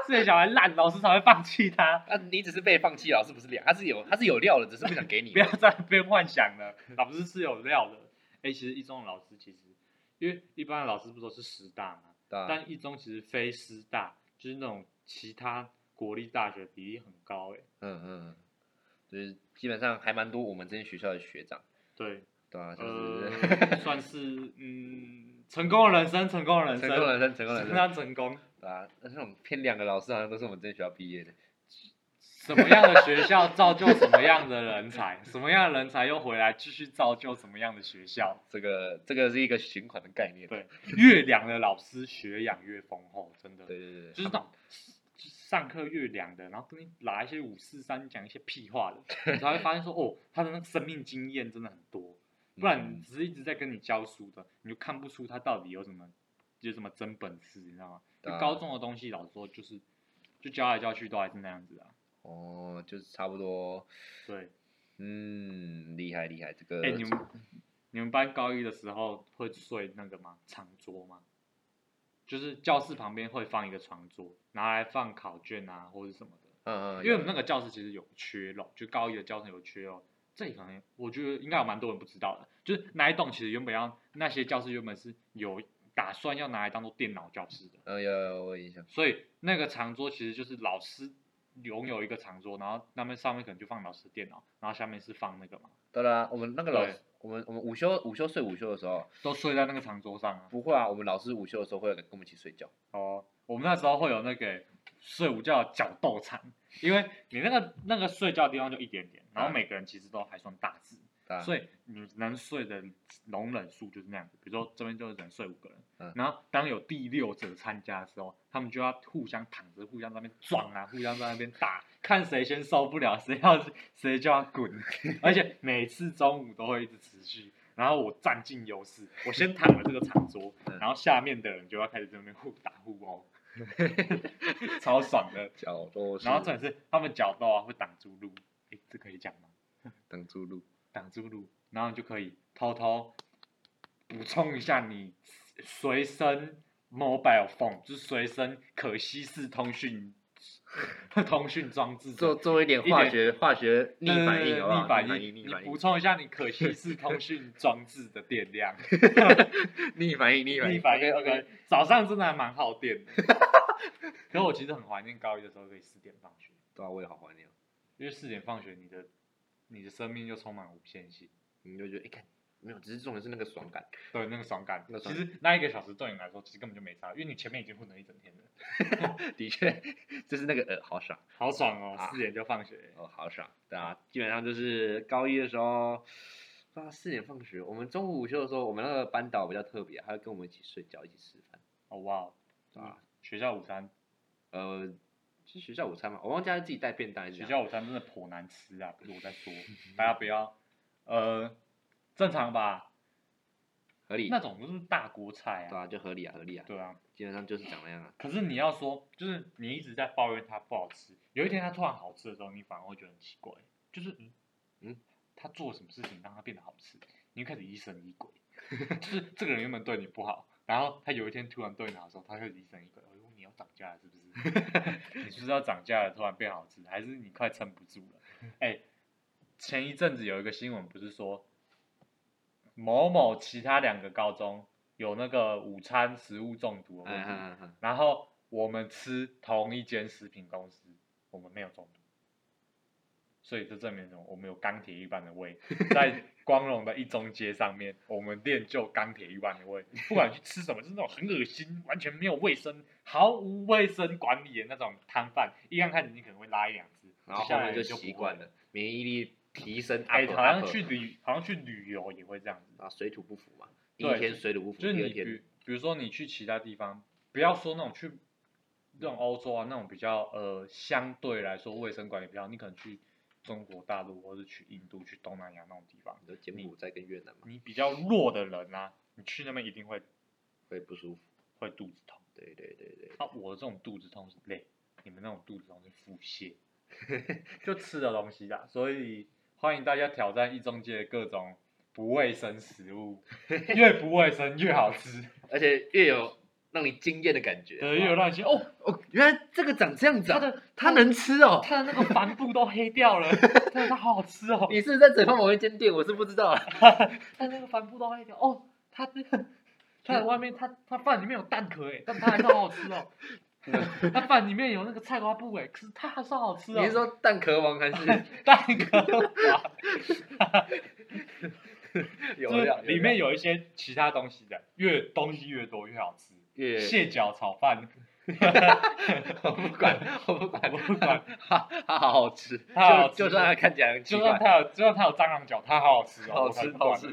Speaker 1: 是你的小孩烂，老师才会放弃他。
Speaker 2: 啊，你只是被放弃，老师不是脸，他是有他是有料的，只是不想给你
Speaker 1: 不。要在那边幻想了，老师是有料的。哎、其实一中的老师其实，因为一般的老师不都是师大吗？
Speaker 2: 对啊，
Speaker 1: 但一中其实非师大，就是那种其他国立大学比例很高、哎，
Speaker 2: 嗯嗯，就是基本上还蛮多我们这间学校的学长。
Speaker 1: 对，
Speaker 2: 对啊，就是、
Speaker 1: 呃，算是嗯，成功的人生，成功的 [LAUGHS] 人
Speaker 2: 成
Speaker 1: 生，
Speaker 2: 功人生，成功人生，
Speaker 1: 相当成功。
Speaker 2: 对啊，那种偏两个老师好像都是我们这学校毕业的，
Speaker 1: 什么样的学校造就什么样的人才，什么样的人才又回来继续造就什么样的学校。
Speaker 2: 这个这个是一个循环的概念。
Speaker 1: 对越凉的老师学养越丰厚，真的。
Speaker 2: 对对对，
Speaker 1: 就是那种上课越凉的，然后跟你拉一些五四三讲一些屁话的，你才会发现说哦，他的那个生命经验真的很多，不然
Speaker 2: 嗯
Speaker 1: 只是一直在跟你教书的，你就看不出他到底有什么有什么真本事，你知道吗？就
Speaker 2: 对啊
Speaker 1: 高中的东西，老实说就是就教来教去都还是那样子啊。
Speaker 2: 哦，就是差不多，
Speaker 1: 对，
Speaker 2: 嗯，厉害厉害，这个
Speaker 1: 哎、你们你们班高一的时候会睡那个吗？长桌吗？就是教室旁边会放一个长桌，拿来放考卷啊或者什么的。
Speaker 2: 嗯嗯，
Speaker 1: 因为我们那个教室其实有缺漏，就高一的教室有缺漏，这里可能我觉得应该有蛮多人不知道的，就是那一栋其实原本要那些教室原本是有打算要拿来当做电脑教室的，
Speaker 2: 嗯有有有我有印象，
Speaker 1: 所以那个长桌其实就是老师拥有一个长桌，然后那边上面可能就放老师的电脑，然后下面是放那个嘛，
Speaker 2: 对啦、我们那个老
Speaker 1: 对
Speaker 2: 师，我们我们午休午休睡午休的时候，
Speaker 1: 都睡在那个长桌上啊。
Speaker 2: 不会啊，我们老师午休的时候会跟我们一起睡觉，
Speaker 1: 哦，我们那时候会有那个睡午觉的角斗场，因为你那个那个睡觉的地方就一点点，然后
Speaker 2: 嗯
Speaker 1: 每个人其实都还算大只，
Speaker 2: 对啊
Speaker 1: 所以你嗯能睡的容忍数就是那样子。比如说这边就只能睡五个人，
Speaker 2: 嗯
Speaker 1: 然后当有第六者参加的时候，他们就要互相躺着，互相在那边撞啊，互相在那边打，看谁先受不了，谁要谁就要滚。而且每次中午都会一直持续。然后我占尽优势，我先躺了这个长桌，
Speaker 2: 嗯
Speaker 1: 然后下面的人就要开始在那边互打互 [LAUGHS] 殴，超爽的。
Speaker 2: 角都
Speaker 1: 然后重点是他们角斗啊会挡住路，诶，这可以讲吗？
Speaker 2: 等住路，
Speaker 1: 挡住路，然后你就可以偷偷补充一下你随身 mobile phone，就是随身可稀释通讯 [LAUGHS] 通讯装置
Speaker 2: 做
Speaker 1: 的。
Speaker 2: 做一点
Speaker 1: 一
Speaker 2: 化
Speaker 1: 点
Speaker 2: 学化学逆反应
Speaker 1: 对
Speaker 2: 好不好？
Speaker 1: 逆反
Speaker 2: 应，
Speaker 1: 应，
Speaker 2: 逆反
Speaker 1: 你补
Speaker 2: 应，
Speaker 1: 充一下你可稀释通讯装置的电量。
Speaker 2: 逆反应， [LAUGHS] 逆反
Speaker 1: 逆
Speaker 2: 应
Speaker 1: 反应
Speaker 2: OK，OK，
Speaker 1: OK，早上真的还蛮耗电的。 [LAUGHS] 可我其实很怀念高一的时候可以四点放学，
Speaker 2: 对啊，我也好怀念哦，
Speaker 1: 因为四点放学，你的你的生命就充满无限性，
Speaker 2: 你就觉得哎看没有，只是重点是那个爽感，
Speaker 1: 对那个爽感
Speaker 2: 那。
Speaker 1: 其
Speaker 2: 爽
Speaker 1: 实那一个小时对你来说其实根本就没差，因为你前面已经混了一整天了，
Speaker 2: 的确就是那个呃好爽。
Speaker 1: 好爽哦！
Speaker 2: 啊
Speaker 1: 四点就放学，
Speaker 2: 哦，好爽，对啊，基本上就是高一的时候，不知道四点放学，我们中午午休的时候，我们那个班导比较特别，他会跟我们一起睡觉，一起吃饭，
Speaker 1: 哦哇，
Speaker 2: 对啊，
Speaker 1: 学校午餐，
Speaker 2: 呃，是学校午餐嘛，我忘记他是自己带便当还是
Speaker 1: 学
Speaker 2: 怎
Speaker 1: 校
Speaker 2: 样，
Speaker 1: 午餐真的颇难吃啊，不是我在说，大家不要，呃，正常吧？
Speaker 2: 合理，
Speaker 1: 那种就是大锅菜
Speaker 2: 对
Speaker 1: 啊，
Speaker 2: 啊，就合理啊，合理啊，
Speaker 1: 对啊，
Speaker 2: 基本上就是长那样啊，
Speaker 1: 可是你要说，就是你一直在抱怨它不好吃，有一天它突然好吃的时候，你反而会觉得很奇怪，就是嗯嗯，他做了什么事情让它变得好吃？你就开始疑神疑鬼， [LAUGHS] 就是这个人原本对你不好，然后他有一天突然对你好的时候，他会疑神疑鬼，哎呦，你要涨价了是 [LAUGHS] 不是？你是不是要涨价了，突然变好吃，还是你快撑不住了？哎、前一阵子有一个新闻不是说，某某其他两个高中有那个午餐食物中毒的
Speaker 2: 嗯
Speaker 1: 问题。
Speaker 2: 嗯嗯，
Speaker 1: 然后我们吃同一间食品公司，我们没有中毒，所以这证明了我们有钢铁一般的
Speaker 2: [LAUGHS]
Speaker 1: 胃，在光荣的一中街上面，我们练就钢铁一般
Speaker 2: [LAUGHS]
Speaker 1: 的胃，不管去吃什么，就是那种很恶心、完全没有卫生、毫无卫生管理的那种摊贩，一刚开始你可能会拉一两只，
Speaker 2: 然后
Speaker 1: 接下
Speaker 2: 后面
Speaker 1: 来
Speaker 2: 就
Speaker 1: 就
Speaker 2: 习
Speaker 1: 不会
Speaker 2: 惯。了，免疫力提升 up，
Speaker 1: 哎，
Speaker 2: up，
Speaker 1: 好像
Speaker 2: up
Speaker 1: 去旅，好像去旅游也会这样子。
Speaker 2: 啊水土不服嘛，第一
Speaker 1: 对
Speaker 2: 天水土不服，
Speaker 1: 就是
Speaker 2: 第二
Speaker 1: 你比
Speaker 2: 天
Speaker 1: 比如说你去其他地方，不要说那种去那种欧洲啊那种比较呃相对来说卫生管理比较好，你可能去中国大陆或是去印度、去东南亚那种地方，
Speaker 2: 你说柬
Speaker 1: 嗯
Speaker 2: 埔寨跟越南嘛
Speaker 1: 你比较弱的人啊，你去那边一定会
Speaker 2: 会不舒服，
Speaker 1: 会肚子痛。
Speaker 2: 对对对对，
Speaker 1: 啊，我这种肚子痛是累，你们那种肚子痛是腹
Speaker 2: [LAUGHS]
Speaker 1: 泻，就吃的东西啦。所以欢迎大家挑战一中街的各种不卫生食
Speaker 2: [LAUGHS]
Speaker 1: 物，越不卫生越好吃，
Speaker 2: 而且越有让你惊艳的感觉，
Speaker 1: 对，越有
Speaker 2: 好不好
Speaker 1: 让你觉得哦。
Speaker 2: 哦，原来这个长这样子
Speaker 1: 它
Speaker 2: 啊，
Speaker 1: 的
Speaker 2: 它能吃哦。
Speaker 1: 它的那个帆布都黑
Speaker 2: [LAUGHS]
Speaker 1: 掉了，真的它好好吃哦。
Speaker 2: 你是不是在整方某一间店？我是不知道啊。
Speaker 1: 它那个帆布都黑掉哦，它这 [LAUGHS] 它的外面它它饭里面有蛋壳哎，但它还是好好吃
Speaker 2: [LAUGHS]
Speaker 1: 哦。它饭里面有那个菜瓜布哎，可是它还是好好吃哦。
Speaker 2: 你是说蛋壳王
Speaker 1: [LAUGHS]
Speaker 2: 还是
Speaker 1: 蛋壳
Speaker 2: [LAUGHS] 有
Speaker 1: 就是
Speaker 2: 料？
Speaker 1: 里面有一些其他东西的，越东西越多越好吃。
Speaker 2: 越
Speaker 1: 蟹脚炒饭，
Speaker 2: [LAUGHS] 我不管，我不管，
Speaker 1: [LAUGHS] 我不管，
Speaker 2: 它它好好吃，
Speaker 1: 它好好
Speaker 2: 就就
Speaker 1: 吃
Speaker 2: 算它看起来很 [LAUGHS] 奇
Speaker 1: 就算
Speaker 2: 怪，
Speaker 1: 它有就算它有蟑螂脚，它好好吃哦，
Speaker 2: 好
Speaker 1: 我才
Speaker 2: 吃
Speaker 1: 不
Speaker 2: 好 [LAUGHS]
Speaker 1: 管
Speaker 2: 吃。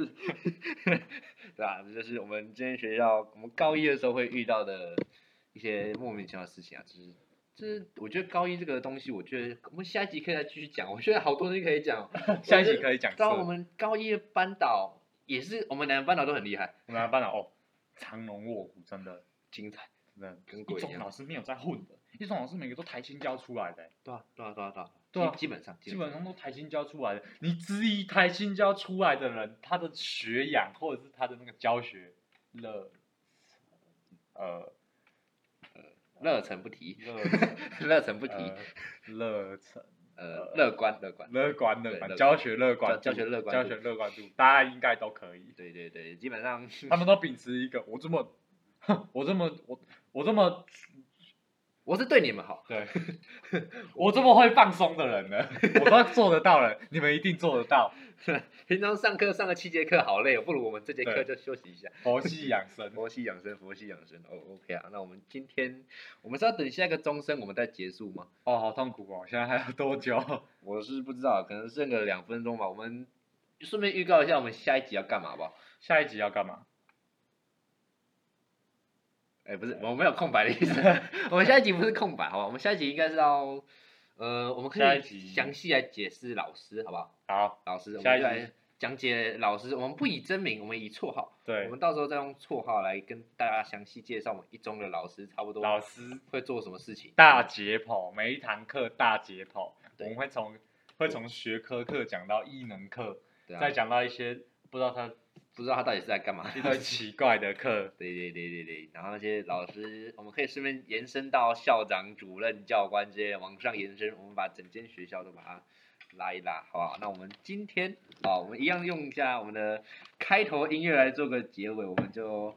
Speaker 2: 对啊，这就是我们今天学校我们高一的时候会遇到的一些莫名其妙的事情啊，就是。就是我觉得高一这个东西，我觉得我们下一集可以再继续讲。我觉得好多东西可以 [LAUGHS] 讲哦。
Speaker 1: [LAUGHS] 下一集可以讲这
Speaker 2: 然
Speaker 1: 个。
Speaker 2: 后我们高一的班导也是，我们两个班导都很厉害，
Speaker 1: 我们的班长哦，藏龙卧虎，真的
Speaker 2: 精彩，
Speaker 1: 真的
Speaker 2: 跟
Speaker 1: 一
Speaker 2: 鬼一
Speaker 1: 中
Speaker 2: 样。
Speaker 1: 老师没有在混的，一中老师每个都台新教出来的欸、
Speaker 2: 对啊，对啊，对啊，对啊，
Speaker 1: 对啊
Speaker 2: 基基本上，
Speaker 1: 基本上都台新教出来的。你质疑台新教出来的人，他的学养或者是他的那个教学热，呃，
Speaker 2: 热忱不提， [LAUGHS]
Speaker 1: 热
Speaker 2: 热忱不提，
Speaker 1: 呃热忱，
Speaker 2: 呃，乐观，乐观。
Speaker 1: 乐观乐
Speaker 2: 对
Speaker 1: 观，
Speaker 2: 乐
Speaker 1: 教学乐观度，
Speaker 2: 教教学乐观
Speaker 1: 教
Speaker 2: 度
Speaker 1: 学乐观度，大家应该都可以。
Speaker 2: 对对对，基本上 [LAUGHS]
Speaker 1: 他们都秉持一个我这么，哼我这么我我这么
Speaker 2: 我是对你们好，
Speaker 1: 对， [LAUGHS] 我这么会放松的人呢， [LAUGHS] 我都做得到了，你们一定做得到，
Speaker 2: 平常上课上了七节课好累哦，不如我们这节课
Speaker 1: 对
Speaker 2: 就休息一下，
Speaker 1: 佛系养 [LAUGHS] 生。
Speaker 2: 佛系养生，佛系养生。哦，OK 啊，那我们今天我们是要等下一个钟声我们再结束吗？
Speaker 1: 哦，好痛苦哦，现在还要多久？ [LAUGHS]
Speaker 2: 我是不知道，可能剩个两分钟吧。我们顺便预告一下我们下一集要干嘛吧？
Speaker 1: 下一集要干嘛？
Speaker 2: 哎，不是，我没有空白的意思。 [LAUGHS] 我们下一集不是空白，好吧？我们下一集应该是要，呃，我们可
Speaker 1: 下一
Speaker 2: 以
Speaker 1: 集
Speaker 2: 详细来解释老师，好不好？
Speaker 1: 好，
Speaker 2: 老师，我们
Speaker 1: 下一
Speaker 2: 就
Speaker 1: 集
Speaker 2: 来讲解老师。我们不以真名，我们以绰号。我
Speaker 1: 对，
Speaker 2: 们到时候再用绰号来跟大家详细介绍我们一中的老师，差不多
Speaker 1: 老师
Speaker 2: 会做什么事情。
Speaker 1: 大解剖，每一堂课大解剖，我
Speaker 2: 对
Speaker 1: 们会从会从学科课讲到异能课，
Speaker 2: 对啊
Speaker 1: 再讲到一些不知道他
Speaker 2: 不知道他到底是在干嘛。
Speaker 1: 一堆奇怪的课。
Speaker 2: [LAUGHS] 对对对对对，然后那些老师，我们可以顺便延伸到校长、主任、教官这些往上延伸，我们把整间学校都把它拉一拉，好不好？那我们今天啊，我们一样用一下我们的开头音乐来做个结尾，我们就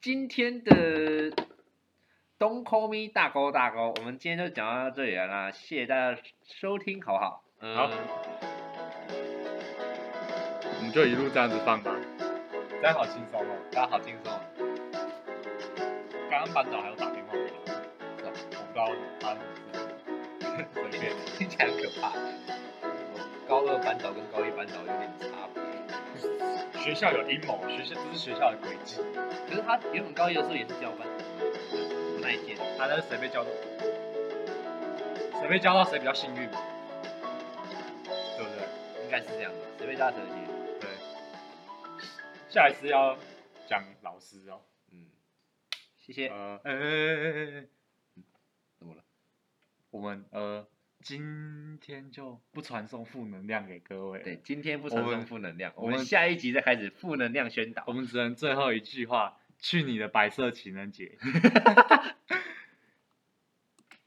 Speaker 2: 今天的 Don't Call Me 大高大高，我们今天就讲到这里了啦，谢谢大家收听，好不好？嗯、
Speaker 1: 好我们就一路这样子放吧，这样好轻松哦。
Speaker 2: 大家好轻松哦。
Speaker 1: 刚刚班长还有打电话给我，是哦我不知道他是不是 [LAUGHS] 随便。
Speaker 2: [LAUGHS] 听起来很可怕。我高二班导跟高一班导有点差别，
Speaker 1: 学校有阴谋，学校这是学校的诡计。
Speaker 2: 可是他原本高一的时候也是教班导，我那一届
Speaker 1: 他那是谁被教到？谁被教到谁比较幸运？对不对？
Speaker 2: 应该是这样的，随便加成绩。
Speaker 1: 对。下一次要讲老师哦。
Speaker 2: 嗯，谢谢。
Speaker 1: 呃，呃，
Speaker 2: 怎么了？
Speaker 1: 我们呃今天就不传送负能量给各位了。
Speaker 2: 对，今天不
Speaker 1: 传
Speaker 2: 传
Speaker 1: 送
Speaker 2: 送负能量，
Speaker 1: 我
Speaker 2: 我
Speaker 1: 们
Speaker 2: 们下一集再开始负能量宣导
Speaker 1: 我。们只能最后一句话，去你的白色情人节。